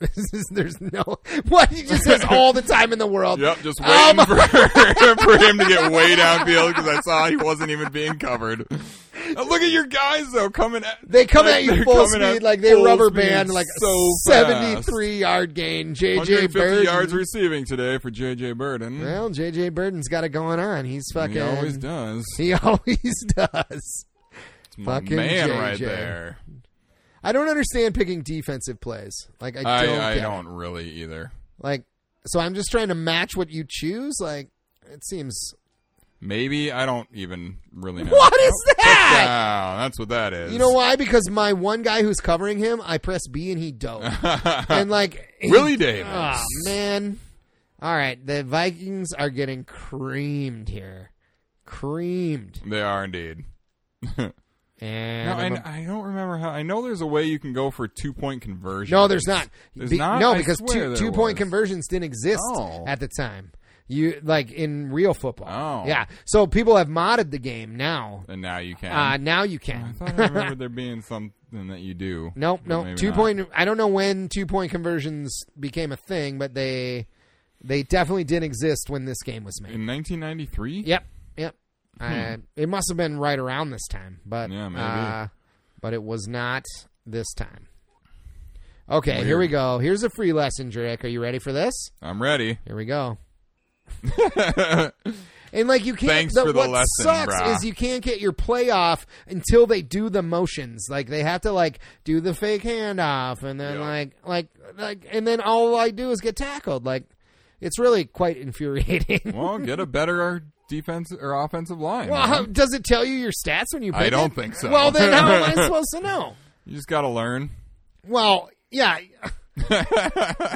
Speaker 2: This is- There's no what he just says all the time in the world.
Speaker 1: Yep, just waiting
Speaker 2: Oh, my-
Speaker 1: for, for him to get way downfield because I saw he wasn't even being covered. Now look at your guys though coming at
Speaker 2: They come
Speaker 1: like,
Speaker 2: at you
Speaker 1: they're
Speaker 2: full
Speaker 1: coming at
Speaker 2: speed, like they
Speaker 1: full
Speaker 2: rubber
Speaker 1: speed
Speaker 2: band, like
Speaker 1: so fast.
Speaker 2: 73 yard gain. JJ
Speaker 1: 150
Speaker 2: Burden.
Speaker 1: yards receiving today for JJ Burden.
Speaker 2: well, JJ Burden's got it going on. He's fucking.
Speaker 1: he always does.
Speaker 2: He always does.
Speaker 1: It's my
Speaker 2: fucking
Speaker 1: man
Speaker 2: JJ.
Speaker 1: right there.
Speaker 2: I don't understand picking defensive plays. Like I don't.
Speaker 1: I, I
Speaker 2: get it.
Speaker 1: don't really either.
Speaker 2: Like so, I'm just trying to match what you choose. Like it seems.
Speaker 1: Maybe I don't even really know.
Speaker 2: What is that?
Speaker 1: Wow, that's what that is.
Speaker 2: You know why? Because my one guy who's covering him, I press B and he dove. and like he-
Speaker 1: Willie Davis.
Speaker 2: Oh man. All right, the Vikings are getting creamed here, creamed,
Speaker 1: They are indeed.
Speaker 2: and
Speaker 1: No,
Speaker 2: I'm
Speaker 1: and
Speaker 2: a-
Speaker 1: I don't remember how. I know there's a way you can go for two point conversion.
Speaker 2: no, there's not.
Speaker 1: There's
Speaker 2: Be-
Speaker 1: not?
Speaker 2: No,
Speaker 1: I
Speaker 2: because
Speaker 1: swear
Speaker 2: two
Speaker 1: there
Speaker 2: two point
Speaker 1: was.
Speaker 2: conversions didn't exist
Speaker 1: Oh.
Speaker 2: at the time. You like in real football,
Speaker 1: Oh.
Speaker 2: yeah. So people have modded the game now.
Speaker 1: and now you can.
Speaker 2: Uh, now you
Speaker 1: I
Speaker 2: can.
Speaker 1: thought I remembered there being something that you do.
Speaker 2: Nope,
Speaker 1: but
Speaker 2: nope.
Speaker 1: maybe
Speaker 2: Two
Speaker 1: not.
Speaker 2: point. I don't know when two point conversions became a thing, but they they definitely did exist when this game was made.
Speaker 1: in 1993.
Speaker 2: Yep, yep. Uh, it must have been right around this time, but
Speaker 1: Hmm. Yeah, maybe.
Speaker 2: Uh, but it was not this time. Okay,
Speaker 1: Weird.
Speaker 2: here we go. Here's a free lesson, Drake. Are you ready for this?
Speaker 1: I'm ready.
Speaker 2: Here we go. And like you can't.
Speaker 1: Thanks
Speaker 2: the,
Speaker 1: for the
Speaker 2: what
Speaker 1: lesson,
Speaker 2: sucks
Speaker 1: brah.
Speaker 2: is you can't get your playoff until they do the motions. Like they have to like do the fake handoff, and then
Speaker 1: Yeah.
Speaker 2: like like like, and then all I do is get tackled. Like it's really quite infuriating.
Speaker 1: well, get a better defense or offensive line.
Speaker 2: well, how,
Speaker 1: man.
Speaker 2: does it tell you your stats when you? Pick
Speaker 1: I don't
Speaker 2: it?
Speaker 1: think so.
Speaker 2: Well, then how am I supposed to know?
Speaker 1: you just got to learn.
Speaker 2: Well, yeah.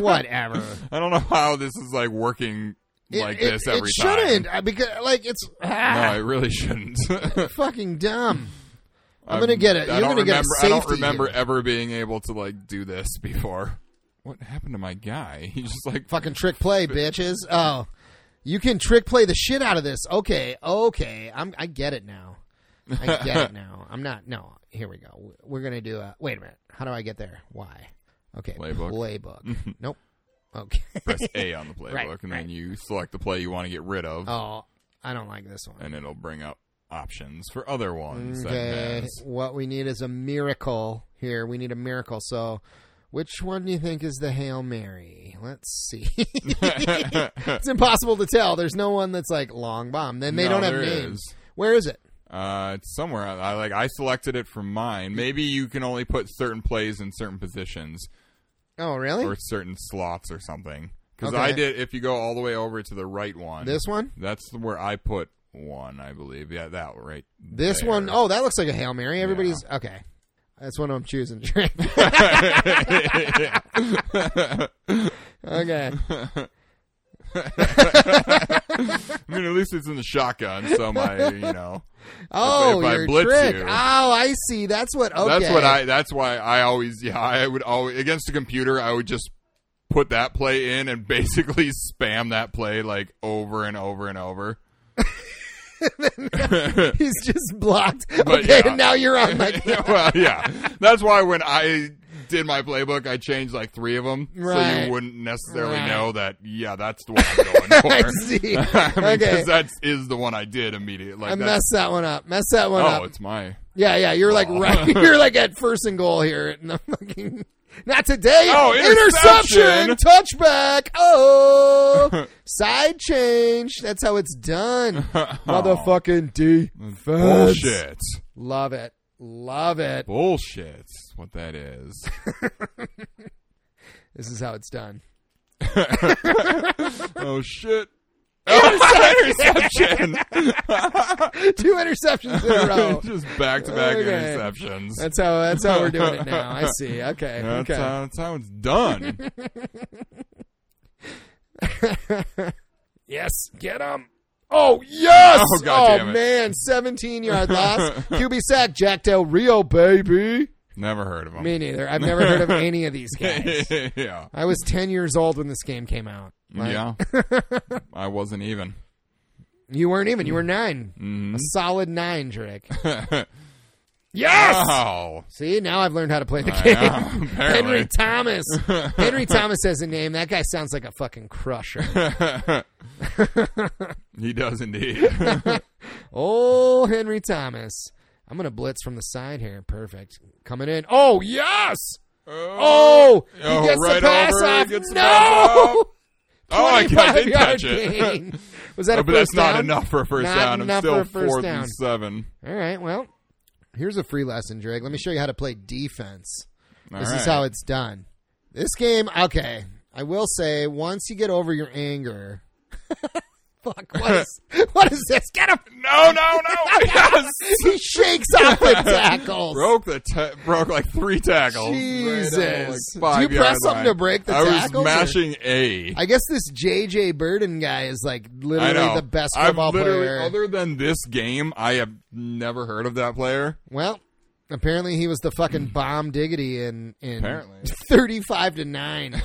Speaker 2: Whatever.
Speaker 1: I don't know how this is like working
Speaker 2: It-
Speaker 1: like
Speaker 2: it,
Speaker 1: this
Speaker 2: it,
Speaker 1: every time.
Speaker 2: shouldn't uh, because like it's
Speaker 1: No,
Speaker 2: ah,
Speaker 1: it really shouldn't. I'm,
Speaker 2: fucking dumb. I'm gonna get it.
Speaker 1: I
Speaker 2: You're
Speaker 1: don't
Speaker 2: gonna get a
Speaker 1: remember. I don't
Speaker 2: safety
Speaker 1: remember
Speaker 2: here.
Speaker 1: ever being able to like do this before. What happened to my guy? He just like
Speaker 2: fucking trick play, bitches. Oh, you can trick play the shit out of this. Okay, okay, I'm I get it now. I get it now. I'm not. No, here we go. We're gonna do a. Wait a minute. How do I get there? Why? Okay,
Speaker 1: Playbook.
Speaker 2: Playbook. nope. Okay.
Speaker 1: press A on the playbook,
Speaker 2: Right,
Speaker 1: and
Speaker 2: right.
Speaker 1: then you select the play you want to get rid of,
Speaker 2: Oh, I don't like this one.
Speaker 1: and it'll bring up options for other ones. that
Speaker 2: Okay,
Speaker 1: has-
Speaker 2: what we need is a miracle here. We need a miracle. So, which one do you think is the Hail Mary? Let's see. it's impossible to tell. There's no one that's like long bomb. Then they
Speaker 1: No,
Speaker 2: don't have
Speaker 1: there
Speaker 2: names.
Speaker 1: is.
Speaker 2: Where is it?
Speaker 1: Uh, it's somewhere. I I, like. I selected it for mine. Maybe you can only put certain plays in certain positions
Speaker 2: Oh, really?
Speaker 1: or certain slots or something. Because
Speaker 2: Okay.
Speaker 1: I did. If you go all the way over to the right one,
Speaker 2: this one?
Speaker 1: that's where I put one. I believe. Yeah, that one, right.
Speaker 2: This
Speaker 1: there.
Speaker 2: one? Oh, that looks like a Hail Mary. Everybody's okay. That's what I'm choosing. okay.
Speaker 1: I mean, at least it's in the shotgun, so my you know.
Speaker 2: Oh,
Speaker 1: If I
Speaker 2: your
Speaker 1: blitz
Speaker 2: trick.
Speaker 1: you-
Speaker 2: Oh, I see. That's what. Okay.
Speaker 1: That's what I. That's why I always. Yeah, I would always against a computer. I would just put that play in and basically spam that play like over and over and over.
Speaker 2: He's just blocked.
Speaker 1: But
Speaker 2: okay,
Speaker 1: yeah.
Speaker 2: and now you're on like
Speaker 1: well, yeah. That's why when I did my playbook, I changed like three of them, so
Speaker 2: Right.
Speaker 1: you wouldn't necessarily
Speaker 2: Right.
Speaker 1: know that. Yeah, that's the one I'm going
Speaker 2: I
Speaker 1: for.
Speaker 2: see.
Speaker 1: I mean,
Speaker 2: okay.
Speaker 1: because that is the one I did immediately. Like
Speaker 2: I
Speaker 1: that's,
Speaker 2: messed that one up. Mess that one
Speaker 1: oh,
Speaker 2: up.
Speaker 1: it's my.
Speaker 2: Yeah, yeah. You're like
Speaker 1: Oh.
Speaker 2: right. You're like at first and goal here. And I'm fucking not today.
Speaker 1: Oh, interception!
Speaker 2: interception, touchback. Oh, side change. That's how it's done. Motherfucking defense.
Speaker 1: Bullshit.
Speaker 2: Love it. Love it.
Speaker 1: Bullshit. is What that is.
Speaker 2: This is how it's done.
Speaker 1: oh shit. Oh, interception.
Speaker 2: Two interceptions in a row.
Speaker 1: Just back to back
Speaker 2: Okay.
Speaker 1: interceptions.
Speaker 2: That's how. That's how we're doing it now. I see. Okay.
Speaker 1: That's,
Speaker 2: okay.
Speaker 1: how, that's how it's done.
Speaker 2: Yes, get him. Oh yes!
Speaker 1: Oh, God damn it.
Speaker 2: man, seventeen yard loss. QB sack, Jack Del Rio, baby.
Speaker 1: Never heard of them.
Speaker 2: Me neither. I've never heard of any of these guys.
Speaker 1: yeah.
Speaker 2: I was ten years old when this game came out. Like,
Speaker 1: Yeah. I wasn't even.
Speaker 2: You weren't even. You were 9
Speaker 1: Mhm.
Speaker 2: A solid nine, Drake. yes.
Speaker 1: Oh.
Speaker 2: See, now I've learned how to play the
Speaker 1: I
Speaker 2: game.
Speaker 1: know, apparently.
Speaker 2: Henry Thomas. Henry Thomas has a name. That guy sounds like a fucking crusher.
Speaker 1: he does indeed.
Speaker 2: Oh, Henry Thomas. I'm going to blitz from the side here. Perfect. Coming in. Oh, yes. Oh, he
Speaker 1: Oh,
Speaker 2: gets the
Speaker 1: right
Speaker 2: pass
Speaker 1: over, he
Speaker 2: off.
Speaker 1: gets the pass
Speaker 2: no.
Speaker 1: oh, I, I did
Speaker 2: 25 yard
Speaker 1: catch it. Oh,
Speaker 2: gain. Was that a
Speaker 1: but
Speaker 2: first
Speaker 1: that's not
Speaker 2: down?
Speaker 1: enough for a first
Speaker 2: Not
Speaker 1: down. I'm
Speaker 2: enough for
Speaker 1: still
Speaker 2: a first
Speaker 1: fourth
Speaker 2: down.
Speaker 1: and seven.
Speaker 2: All right. Well, here's a free lesson, Drake. Let me show you how to play defense.
Speaker 1: All
Speaker 2: This is
Speaker 1: right.
Speaker 2: how it's done. This game, okay. I will say, once you get over your anger, fuck? What is, what is this? Get him!
Speaker 1: No, no, no. yes.
Speaker 2: He shakes off the tackles.
Speaker 1: Broke the ta- broke like three tackles. Right
Speaker 2: Jesus.
Speaker 1: on, like,
Speaker 2: Do you press
Speaker 1: five-yard
Speaker 2: something
Speaker 1: line.
Speaker 2: to break the
Speaker 1: I was
Speaker 2: tackles, or-
Speaker 1: mashing A.
Speaker 2: I guess this JJ Burden guy is like
Speaker 1: I
Speaker 2: literally
Speaker 1: know
Speaker 2: the best
Speaker 1: I've
Speaker 2: football
Speaker 1: literally,
Speaker 2: player.
Speaker 1: Other than this game, I have never heard of that player.
Speaker 2: Well, apparently he was the fucking bomb diggity in in
Speaker 1: Apparently.
Speaker 2: thirty-five to nine.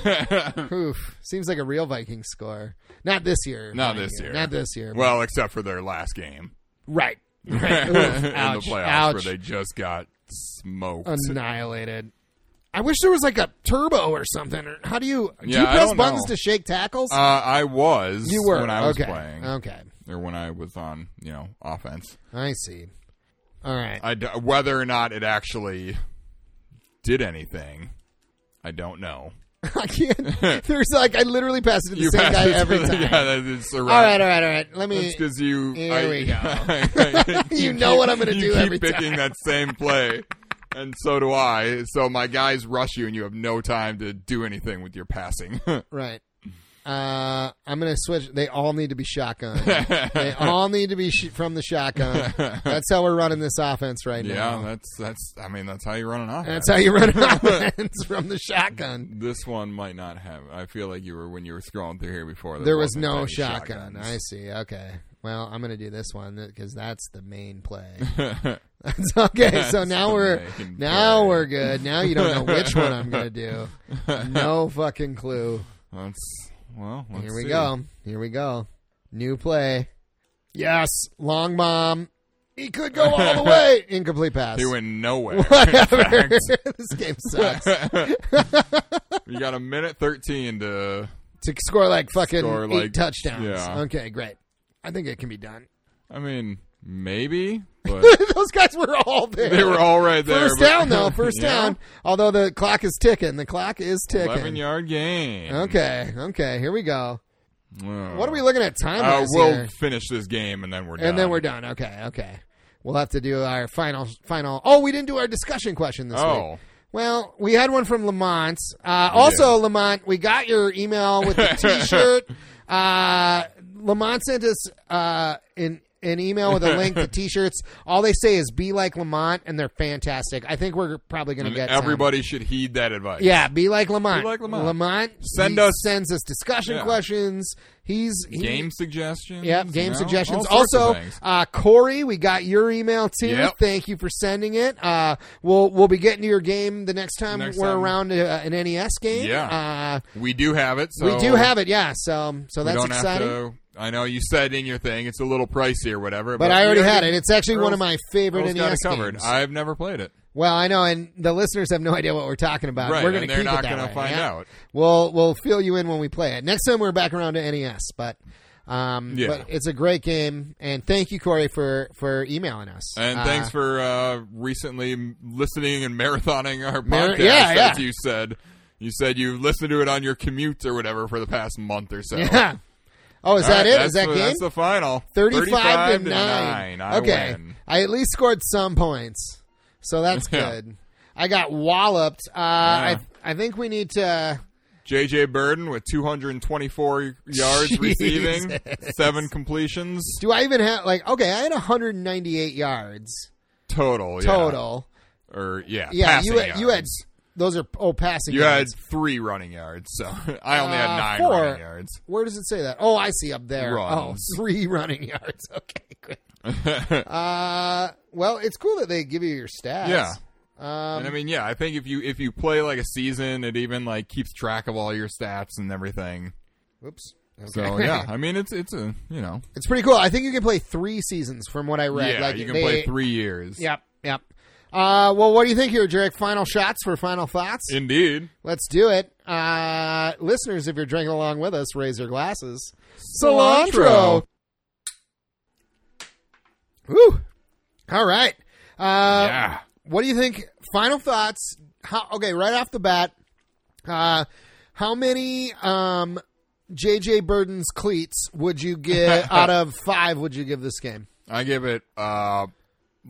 Speaker 2: Oof, seems like a real Viking score. Not this year.
Speaker 1: Not
Speaker 2: mind
Speaker 1: this
Speaker 2: you.
Speaker 1: year.
Speaker 2: Not this year.
Speaker 1: Well, except for their last game
Speaker 2: right. Right.
Speaker 1: in
Speaker 2: Oof,
Speaker 1: the
Speaker 2: ouch,
Speaker 1: playoffs,
Speaker 2: ouch.
Speaker 1: where they just got smoked.
Speaker 2: annihilated. I wish there was like a turbo or something. Or how do you do
Speaker 1: Yeah,
Speaker 2: you
Speaker 1: I
Speaker 2: press
Speaker 1: don't
Speaker 2: buttons
Speaker 1: know.
Speaker 2: to shake tackles?
Speaker 1: uh, I was
Speaker 2: you were
Speaker 1: when I was
Speaker 2: okay.
Speaker 1: playing,
Speaker 2: Okay,
Speaker 1: or when I was on you know offense.
Speaker 2: I see. All right.
Speaker 1: I d- whether or not it actually did anything, I don't know.
Speaker 2: I can't. There's like I literally pass it to the
Speaker 1: You
Speaker 2: same
Speaker 1: passed
Speaker 2: guy
Speaker 1: it to
Speaker 2: every
Speaker 1: the
Speaker 2: time.
Speaker 1: guy that is around.
Speaker 2: All right, all right, all right. Let me.
Speaker 1: It's because you.
Speaker 2: Here
Speaker 1: I-
Speaker 2: we
Speaker 1: I- I-
Speaker 2: You know what I'm gonna
Speaker 1: you
Speaker 2: do
Speaker 1: keep
Speaker 2: every
Speaker 1: picking that same play, and so do I. So my guys rush you, and you have no time to do anything with your passing.
Speaker 2: Right. Uh, I'm gonna switch. They all need to be shotgun. they all need to be sh- from the shotgun. That's how we're running this offense right
Speaker 1: yeah,
Speaker 2: now.
Speaker 1: that's that's. I mean, that's how you run an offense.
Speaker 2: That's how you run an offense from the shotgun.
Speaker 1: this one might not have. I feel like you were when you were scrolling through here before.
Speaker 2: There was
Speaker 1: wasn't
Speaker 2: no
Speaker 1: any
Speaker 2: shotgun.
Speaker 1: shotguns.
Speaker 2: I see. Okay. Well, I'm gonna do this one because that's the main play. That's okay. so
Speaker 1: That's
Speaker 2: now
Speaker 1: the
Speaker 2: we're
Speaker 1: main
Speaker 2: now
Speaker 1: play.
Speaker 2: we're good. Now you don't know which one I'm gonna do. No fucking clue.
Speaker 1: That's well. let's
Speaker 2: Here we
Speaker 1: see.
Speaker 2: go. Here we go. New play. Yes, long bomb. He could go all the way. Incomplete pass.
Speaker 1: He went nowhere.
Speaker 2: Whatever. this game sucks.
Speaker 1: you got a minute thirteen to.
Speaker 2: to score like fucking
Speaker 1: Score,
Speaker 2: eight
Speaker 1: like,
Speaker 2: touchdowns.
Speaker 1: yeah.
Speaker 2: Okay, great. I think it can be done.
Speaker 1: I mean, maybe, but
Speaker 2: Those guys were all there.
Speaker 1: they were all right there.
Speaker 2: First
Speaker 1: but-
Speaker 2: down though, first
Speaker 1: Yeah.
Speaker 2: down. Although the clock is ticking, the clock is ticking.
Speaker 1: Eleven yard game.
Speaker 2: Okay, okay, here we go.
Speaker 1: Ugh.
Speaker 2: What are we looking at time
Speaker 1: Uh,
Speaker 2: wise
Speaker 1: we'll
Speaker 2: here?
Speaker 1: finish this game and then we're done.
Speaker 2: And then we're done. Okay, okay. We'll have to do our final final. Oh, we didn't do our discussion question this
Speaker 1: Oh.
Speaker 2: week. Well, we had one from Lamont. Uh, also, Lamont, we got your email with the T-shirt. uh, Lamont sent us uh, an an email with a link to T-shirts. All they say is "Be like Lamont," and they're fantastic. I think we're probably going to
Speaker 1: And
Speaker 2: get some.
Speaker 1: everybody should heed that advice.
Speaker 2: Yeah, be like Lamont.
Speaker 1: Be like Lamont.
Speaker 2: send
Speaker 1: Send
Speaker 2: us
Speaker 1: us-
Speaker 2: sends us discussion
Speaker 1: Yeah.
Speaker 2: questions. He's he,
Speaker 1: Game suggestions.
Speaker 2: Yep, game
Speaker 1: you know,
Speaker 2: suggestions.
Speaker 1: all sorts of
Speaker 2: Also,
Speaker 1: things.
Speaker 2: uh, Corey, we got your email too.
Speaker 1: Yep.
Speaker 2: Thank you for sending it. Uh, we'll we'll be getting to your game the next time
Speaker 1: Next
Speaker 2: we're
Speaker 1: time.
Speaker 2: around uh, an NES game.
Speaker 1: Yeah.
Speaker 2: uh,
Speaker 1: we do have it. So uh,
Speaker 2: we do have it. Yeah, so so
Speaker 1: we
Speaker 2: that's
Speaker 1: don't
Speaker 2: exciting.
Speaker 1: Have to, I know you said in your thing it's a little pricey or whatever,
Speaker 2: but
Speaker 1: we
Speaker 2: I already had
Speaker 1: got
Speaker 2: it. It's actually one of
Speaker 1: Earl's-
Speaker 2: my favorite
Speaker 1: Earl's got
Speaker 2: NES
Speaker 1: it covered.
Speaker 2: games.
Speaker 1: I've never played it.
Speaker 2: well, I know, and the listeners have no idea what we're talking about.
Speaker 1: Right,
Speaker 2: Uh, we're
Speaker 1: and
Speaker 2: going to
Speaker 1: they're
Speaker 2: keep
Speaker 1: not
Speaker 2: it that
Speaker 1: gonna
Speaker 2: way,
Speaker 1: find
Speaker 2: yeah?
Speaker 1: out.
Speaker 2: We'll we'll fill you in when we play it next time. We're back around to NES, but. Um,
Speaker 1: Yeah.
Speaker 2: but it's a great game, and thank you, Corey, for for emailing us.
Speaker 1: And
Speaker 2: Uh,
Speaker 1: thanks for uh, recently m- listening and marathoning our
Speaker 2: Mar-
Speaker 1: podcast.
Speaker 2: yeah, yeah.
Speaker 1: As you said, you said you listened to it on your commute or whatever for the past month or so.
Speaker 2: Yeah. Oh, is
Speaker 1: All
Speaker 2: that
Speaker 1: right,
Speaker 2: it? Is
Speaker 1: that's
Speaker 2: that
Speaker 1: the,
Speaker 2: game?
Speaker 1: That's the final.
Speaker 2: 35, to 9.
Speaker 1: 9. I
Speaker 2: okay.
Speaker 1: win.
Speaker 2: I at least scored some points. So that's
Speaker 1: Yeah.
Speaker 2: good. I got walloped. Uh,
Speaker 1: Yeah.
Speaker 2: I, I think we need to.
Speaker 1: JJ Burden with 224 yards
Speaker 2: Jesus.
Speaker 1: receiving, seven completions
Speaker 2: Do I even have. Like, okay, I had 198 yards
Speaker 1: total. yeah.
Speaker 2: total.
Speaker 1: Or yeah,
Speaker 2: Yeah,
Speaker 1: passing
Speaker 2: you had,
Speaker 1: yards.
Speaker 2: you had. Those are. Oh, passing
Speaker 1: You had
Speaker 2: yards.
Speaker 1: three running yards, so I only
Speaker 2: Uh,
Speaker 1: had nine
Speaker 2: four.
Speaker 1: running yards.
Speaker 2: Where does it say that? Oh, I see up there. Oh,
Speaker 1: Runs.
Speaker 2: three running yards. Okay, great. uh, well, it's cool that they give you your stats.
Speaker 1: Yeah.
Speaker 2: Um,
Speaker 1: and I mean, yeah, I think if you if you play like a season, it even like keeps track of all your stats and everything.
Speaker 2: Oops.
Speaker 1: So yeah, I mean, it's it's a you know
Speaker 2: it's pretty cool. I think you can play three seasons from what I read.
Speaker 1: yeah,
Speaker 2: like
Speaker 1: you can
Speaker 2: they-
Speaker 1: play three years.
Speaker 2: Yep, yep. Uh, well, what do you think here, Derek? Final shots for final thoughts.
Speaker 1: Indeed.
Speaker 2: Let's do it, uh, listeners. If you're drinking along with us, raise your glasses.
Speaker 1: Cilantro.
Speaker 2: Woo! All right. Uh,
Speaker 1: yeah.
Speaker 2: What do you think? Final thoughts. How, okay, right off the bat, uh, how many um, JJ Burden's cleats would you give out of five? Would you give this game?
Speaker 1: I give it uh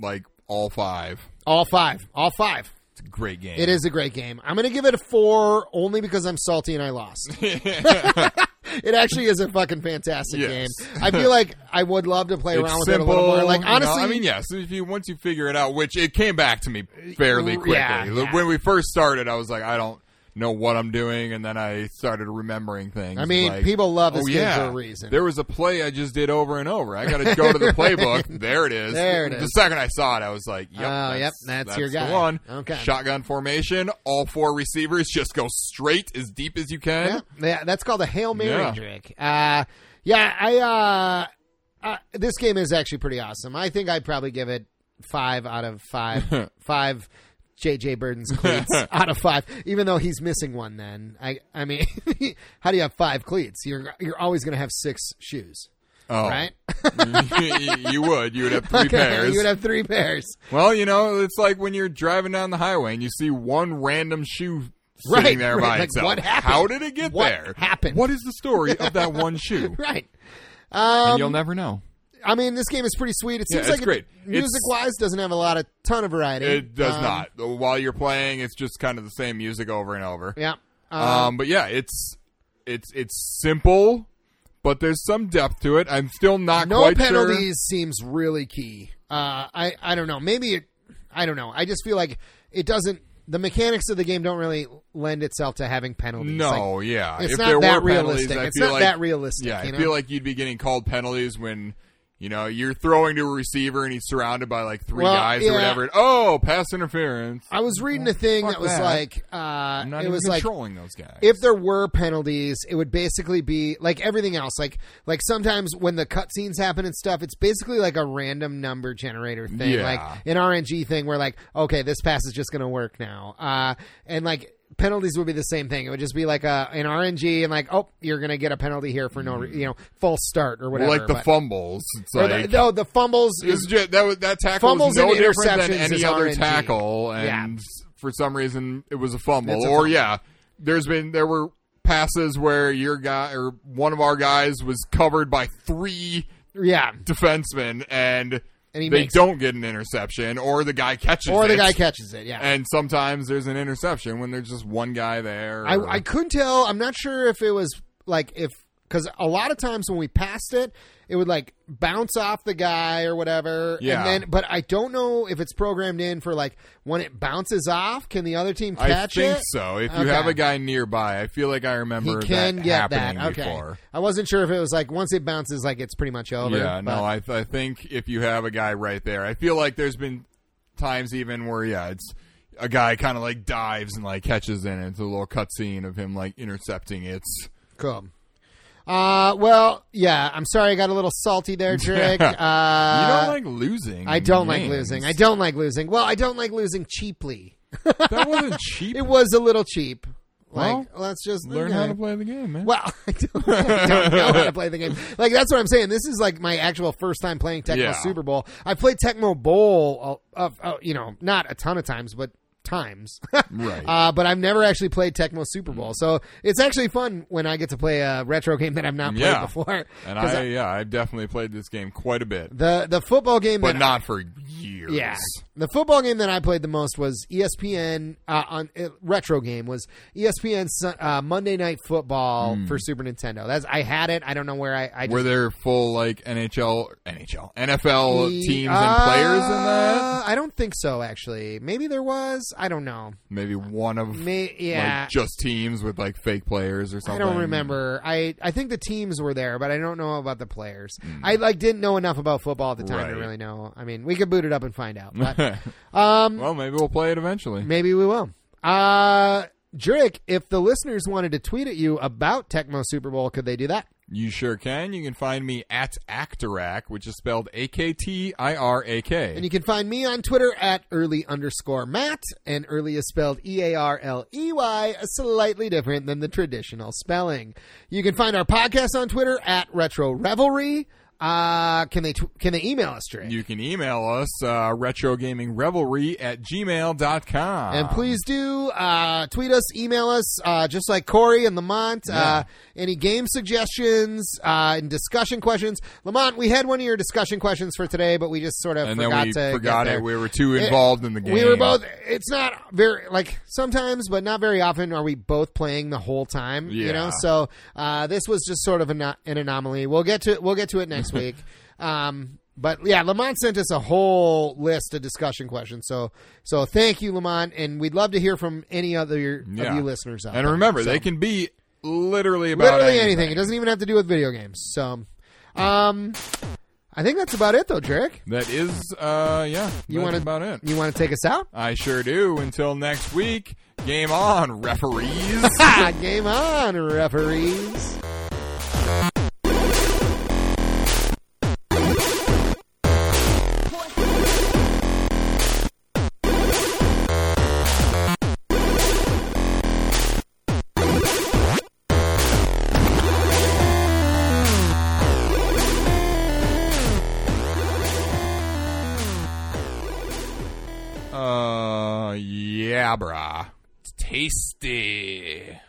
Speaker 1: like all five.
Speaker 2: All five. All five.
Speaker 1: It's a great game.
Speaker 2: It is a great game. I'm going to give it a four only because I'm salty and I lost. it actually is a fucking fantastic
Speaker 1: Yes.
Speaker 2: game. I feel like I would love to play around
Speaker 1: it's
Speaker 2: with
Speaker 1: simple.
Speaker 2: it a little more. Like
Speaker 1: you know,
Speaker 2: honestly,
Speaker 1: I mean, yes. If you once you figure it out, which it came back to me fairly
Speaker 2: Yeah,
Speaker 1: quickly.
Speaker 2: yeah.
Speaker 1: When we first started, I was like, I don't know what I'm doing, and then I started remembering things.
Speaker 2: I mean,
Speaker 1: like,
Speaker 2: people love this
Speaker 1: oh,
Speaker 2: game
Speaker 1: yeah,
Speaker 2: for a reason.
Speaker 1: There was a play I just did over and over. I got to go to the playbook. There it is.
Speaker 2: There it
Speaker 1: the
Speaker 2: is.
Speaker 1: second I saw it, I was like, Yep,
Speaker 2: Oh,
Speaker 1: that's,
Speaker 2: yep, that's your
Speaker 1: the
Speaker 2: guy.
Speaker 1: one.
Speaker 2: Okay.
Speaker 1: Shotgun formation. All four receivers just go straight as deep as you can.
Speaker 2: Yeah, yeah, that's called a hail mary
Speaker 1: Yeah.
Speaker 2: trick. Uh, yeah, I uh, uh, this game is actually pretty awesome. I think I'd probably give it five out of five. five. JJ Burden's cleats out of five, even though he's missing one. Then I, I mean, how do you have five cleats? You're you're always going to have six shoes,
Speaker 1: Oh.
Speaker 2: right?
Speaker 1: you would. You would have three pairs.
Speaker 2: you would have three pairs.
Speaker 1: Well, you know, it's like when you're driving down the highway and you see one random shoe sitting
Speaker 2: Right,
Speaker 1: there
Speaker 2: right,
Speaker 1: by
Speaker 2: like,
Speaker 1: itself.
Speaker 2: what happened?
Speaker 1: How did it get
Speaker 2: What
Speaker 1: there?
Speaker 2: happened?
Speaker 1: What is the story of that one shoe?
Speaker 2: Right.
Speaker 1: and
Speaker 2: Um,
Speaker 1: you'll never know.
Speaker 2: I mean, this game is pretty sweet. It
Speaker 1: Yeah,
Speaker 2: seems
Speaker 1: it's
Speaker 2: like
Speaker 1: great. It's-
Speaker 2: music wise doesn't have a lot of ton of variety.
Speaker 1: It does
Speaker 2: Um,
Speaker 1: not. While you're playing, it's just kind of the same music over and over.
Speaker 2: Yeah. Um,
Speaker 1: Um, but yeah, it's it's it's simple, but there's some depth to it. I'm still not
Speaker 2: no
Speaker 1: quite
Speaker 2: penalties
Speaker 1: sure.
Speaker 2: seems really key. Uh, I I don't know. Maybe it, I don't know. I just feel like it doesn't. The mechanics of the game don't really lend itself to having penalties.
Speaker 1: No,
Speaker 2: Like,
Speaker 1: yeah.
Speaker 2: it's
Speaker 1: if
Speaker 2: not
Speaker 1: there
Speaker 2: that
Speaker 1: were penalties,
Speaker 2: realistic.
Speaker 1: I
Speaker 2: It's
Speaker 1: feel
Speaker 2: not
Speaker 1: like,
Speaker 2: that realistic,
Speaker 1: Yeah,
Speaker 2: you know?
Speaker 1: I feel like you'd be getting called penalties when you know you're throwing to a receiver and he's surrounded by like three
Speaker 2: Well,
Speaker 1: guys
Speaker 2: yeah.
Speaker 1: or whatever. And, oh, pass interference.
Speaker 2: I was reading a thing
Speaker 1: fuck
Speaker 2: that was
Speaker 1: that.
Speaker 2: like
Speaker 1: I'm not
Speaker 2: uh, it
Speaker 1: even
Speaker 2: was like
Speaker 1: controlling those guys.
Speaker 2: if there were penalties, it would basically be like everything else. Like like sometimes when the cutscenes happen and stuff, it's basically like a random number generator thing,
Speaker 1: Yeah.
Speaker 2: like an RNG thing where like okay, this pass is just going to work now, uh, and like. Penalties would be the same thing. It would just be like a, an RNG and like, oh, you're gonna get a penalty here for no, re- you know, false start or whatever.
Speaker 1: like the
Speaker 2: but-
Speaker 1: fumbles, it's
Speaker 2: or
Speaker 1: like
Speaker 2: the- no, the fumbles
Speaker 1: it's
Speaker 2: is
Speaker 1: ju- that was- that tackle
Speaker 2: Fumbles
Speaker 1: is no
Speaker 2: and
Speaker 1: different than
Speaker 2: interceptions is
Speaker 1: any other
Speaker 2: RNG.
Speaker 1: tackle,
Speaker 2: Yeah.
Speaker 1: and for some reason it was a fumble.
Speaker 2: It's a
Speaker 1: or
Speaker 2: fumble.
Speaker 1: yeah, there's been there were passes where your guy or one of our guys was covered by three
Speaker 2: yeah,
Speaker 1: defenseman and,
Speaker 2: And he
Speaker 1: they
Speaker 2: makes
Speaker 1: don't get an interception or the guy catches
Speaker 2: or the
Speaker 1: it.
Speaker 2: guy catches it. Yeah,
Speaker 1: and sometimes there's an interception when there's just one guy there. or-
Speaker 2: I, I couldn't tell. I'm not sure if it was like if because a lot of times when we passed it, it would like bounce off the guy or whatever.
Speaker 1: Yeah.
Speaker 2: And then, but I don't know if it's programmed in for like when it bounces off, can the other team
Speaker 1: I
Speaker 2: catch
Speaker 1: think
Speaker 2: it?
Speaker 1: so. If you
Speaker 2: Okay.
Speaker 1: have a guy nearby, I feel like I
Speaker 2: He
Speaker 1: remember
Speaker 2: can
Speaker 1: that
Speaker 2: get that.
Speaker 1: happening
Speaker 2: Okay.
Speaker 1: before.
Speaker 2: I wasn't sure if it was like once it bounces, like it's pretty much over.
Speaker 1: Yeah,
Speaker 2: but-
Speaker 1: no, I, th- I think if you have a guy right there, I feel like there's been times even where yeah, it's a guy kind of like dives and like catches in. and It's a little cutscene of him like intercepting. It's
Speaker 2: Cool. Uh, well, yeah. I'm sorry, I got a little salty there, Drake.
Speaker 1: Yeah.
Speaker 2: Uh,
Speaker 1: you don't like losing.
Speaker 2: I don't like
Speaker 1: games.
Speaker 2: losing. I don't like losing. Well, I don't like losing cheaply.
Speaker 1: that wasn't cheap.
Speaker 2: It was a little cheap. Like,
Speaker 1: Well,
Speaker 2: let's just
Speaker 1: Learn
Speaker 2: okay.
Speaker 1: how to play the game, man.
Speaker 2: Well, I don't, I don't know how to play the game. Like that's what I'm saying. This is like my actual first time playing Tecmo
Speaker 1: Yeah.
Speaker 2: Super Bowl. I played Tecmo Bowl, uh, uh, you know, not a ton of times, but times.
Speaker 1: Right.
Speaker 2: Uh, but I've never actually played Tecmo Super Bowl, so it's actually fun when I get to play a retro game that I've not played
Speaker 1: Yeah.
Speaker 2: before.
Speaker 1: And
Speaker 2: 'Cause
Speaker 1: I, yeah, I've definitely played this game quite a bit,
Speaker 2: the the football game
Speaker 1: but
Speaker 2: that
Speaker 1: not for years.
Speaker 2: Yeah, the football game that I played the most was E ESPN uh, on uh, retro game was ESPN Sun- uh, Monday Night Football for Super Nintendo. That's I had it. I don't know where I. I
Speaker 1: Hmm. Were
Speaker 2: just,
Speaker 1: there full like NHL, NHL, NFL teams and
Speaker 2: Uh,
Speaker 1: players in that?
Speaker 2: I don't think so. Actually, maybe there was. I don't know.
Speaker 1: Maybe one of
Speaker 2: May, yeah,
Speaker 1: like just teams with like fake players or
Speaker 2: I
Speaker 1: something.
Speaker 2: don't remember. I I think the teams were there, but I don't know about the players. I like didn't know enough about football at the time to
Speaker 1: Hmm. Right.
Speaker 2: really know. I mean, we could boot it up and find out. But
Speaker 1: um, well, maybe we'll play it eventually.
Speaker 2: Maybe we will. Uh Jurek, if the listeners wanted to tweet at you about Tecmo Super Bowl, could they do that?
Speaker 1: You sure can. You can find me at Actorac, which is spelled A K T I R A
Speaker 2: And
Speaker 1: K.
Speaker 2: you can find me on Twitter at early underscore Matt, and early is spelled E A R L E Y, slightly different than the traditional spelling. You can find our podcast on Twitter at Retro Revelry. Uh, can they tw- can they email us, Drake?
Speaker 1: You can email us, uh, retrogamingrevelry at gmail.com.
Speaker 2: and please do uh, tweet us, email us, uh, just like Corey and Lamont. Uh, any game suggestions uh, and discussion questions? Lamont, we had one of your discussion questions for today, but we just sort of
Speaker 1: And
Speaker 2: forgot
Speaker 1: then we
Speaker 2: to get
Speaker 1: forgot
Speaker 2: there.
Speaker 1: it. We were too
Speaker 2: It-
Speaker 1: involved in the game.
Speaker 2: We were both. It's not very like sometimes, but not very often are we both playing the whole time. You
Speaker 1: Yeah.
Speaker 2: know, so uh, this was just sort of an, an anomaly. We'll get to we'll get to it next week. Um, but yeah, Lamont sent us a whole list of discussion questions. So so thank you, Lamont, and we'd love to hear from any other of
Speaker 1: Yeah.
Speaker 2: you listeners out
Speaker 1: And
Speaker 2: there.
Speaker 1: remember,
Speaker 2: So-
Speaker 1: they can be literally about
Speaker 2: literally anything. It doesn't even have to do with video games. So, um, I think that's about it, though, Jarek.
Speaker 1: That is, uh, yeah.
Speaker 2: You
Speaker 1: that's
Speaker 2: wanna-
Speaker 1: about it.
Speaker 2: You want to take us out?
Speaker 1: I sure do. Until next week, game on, referees.
Speaker 2: Ha! Ah, Game on, referees.
Speaker 1: uh, yeah, brah. It's tasty.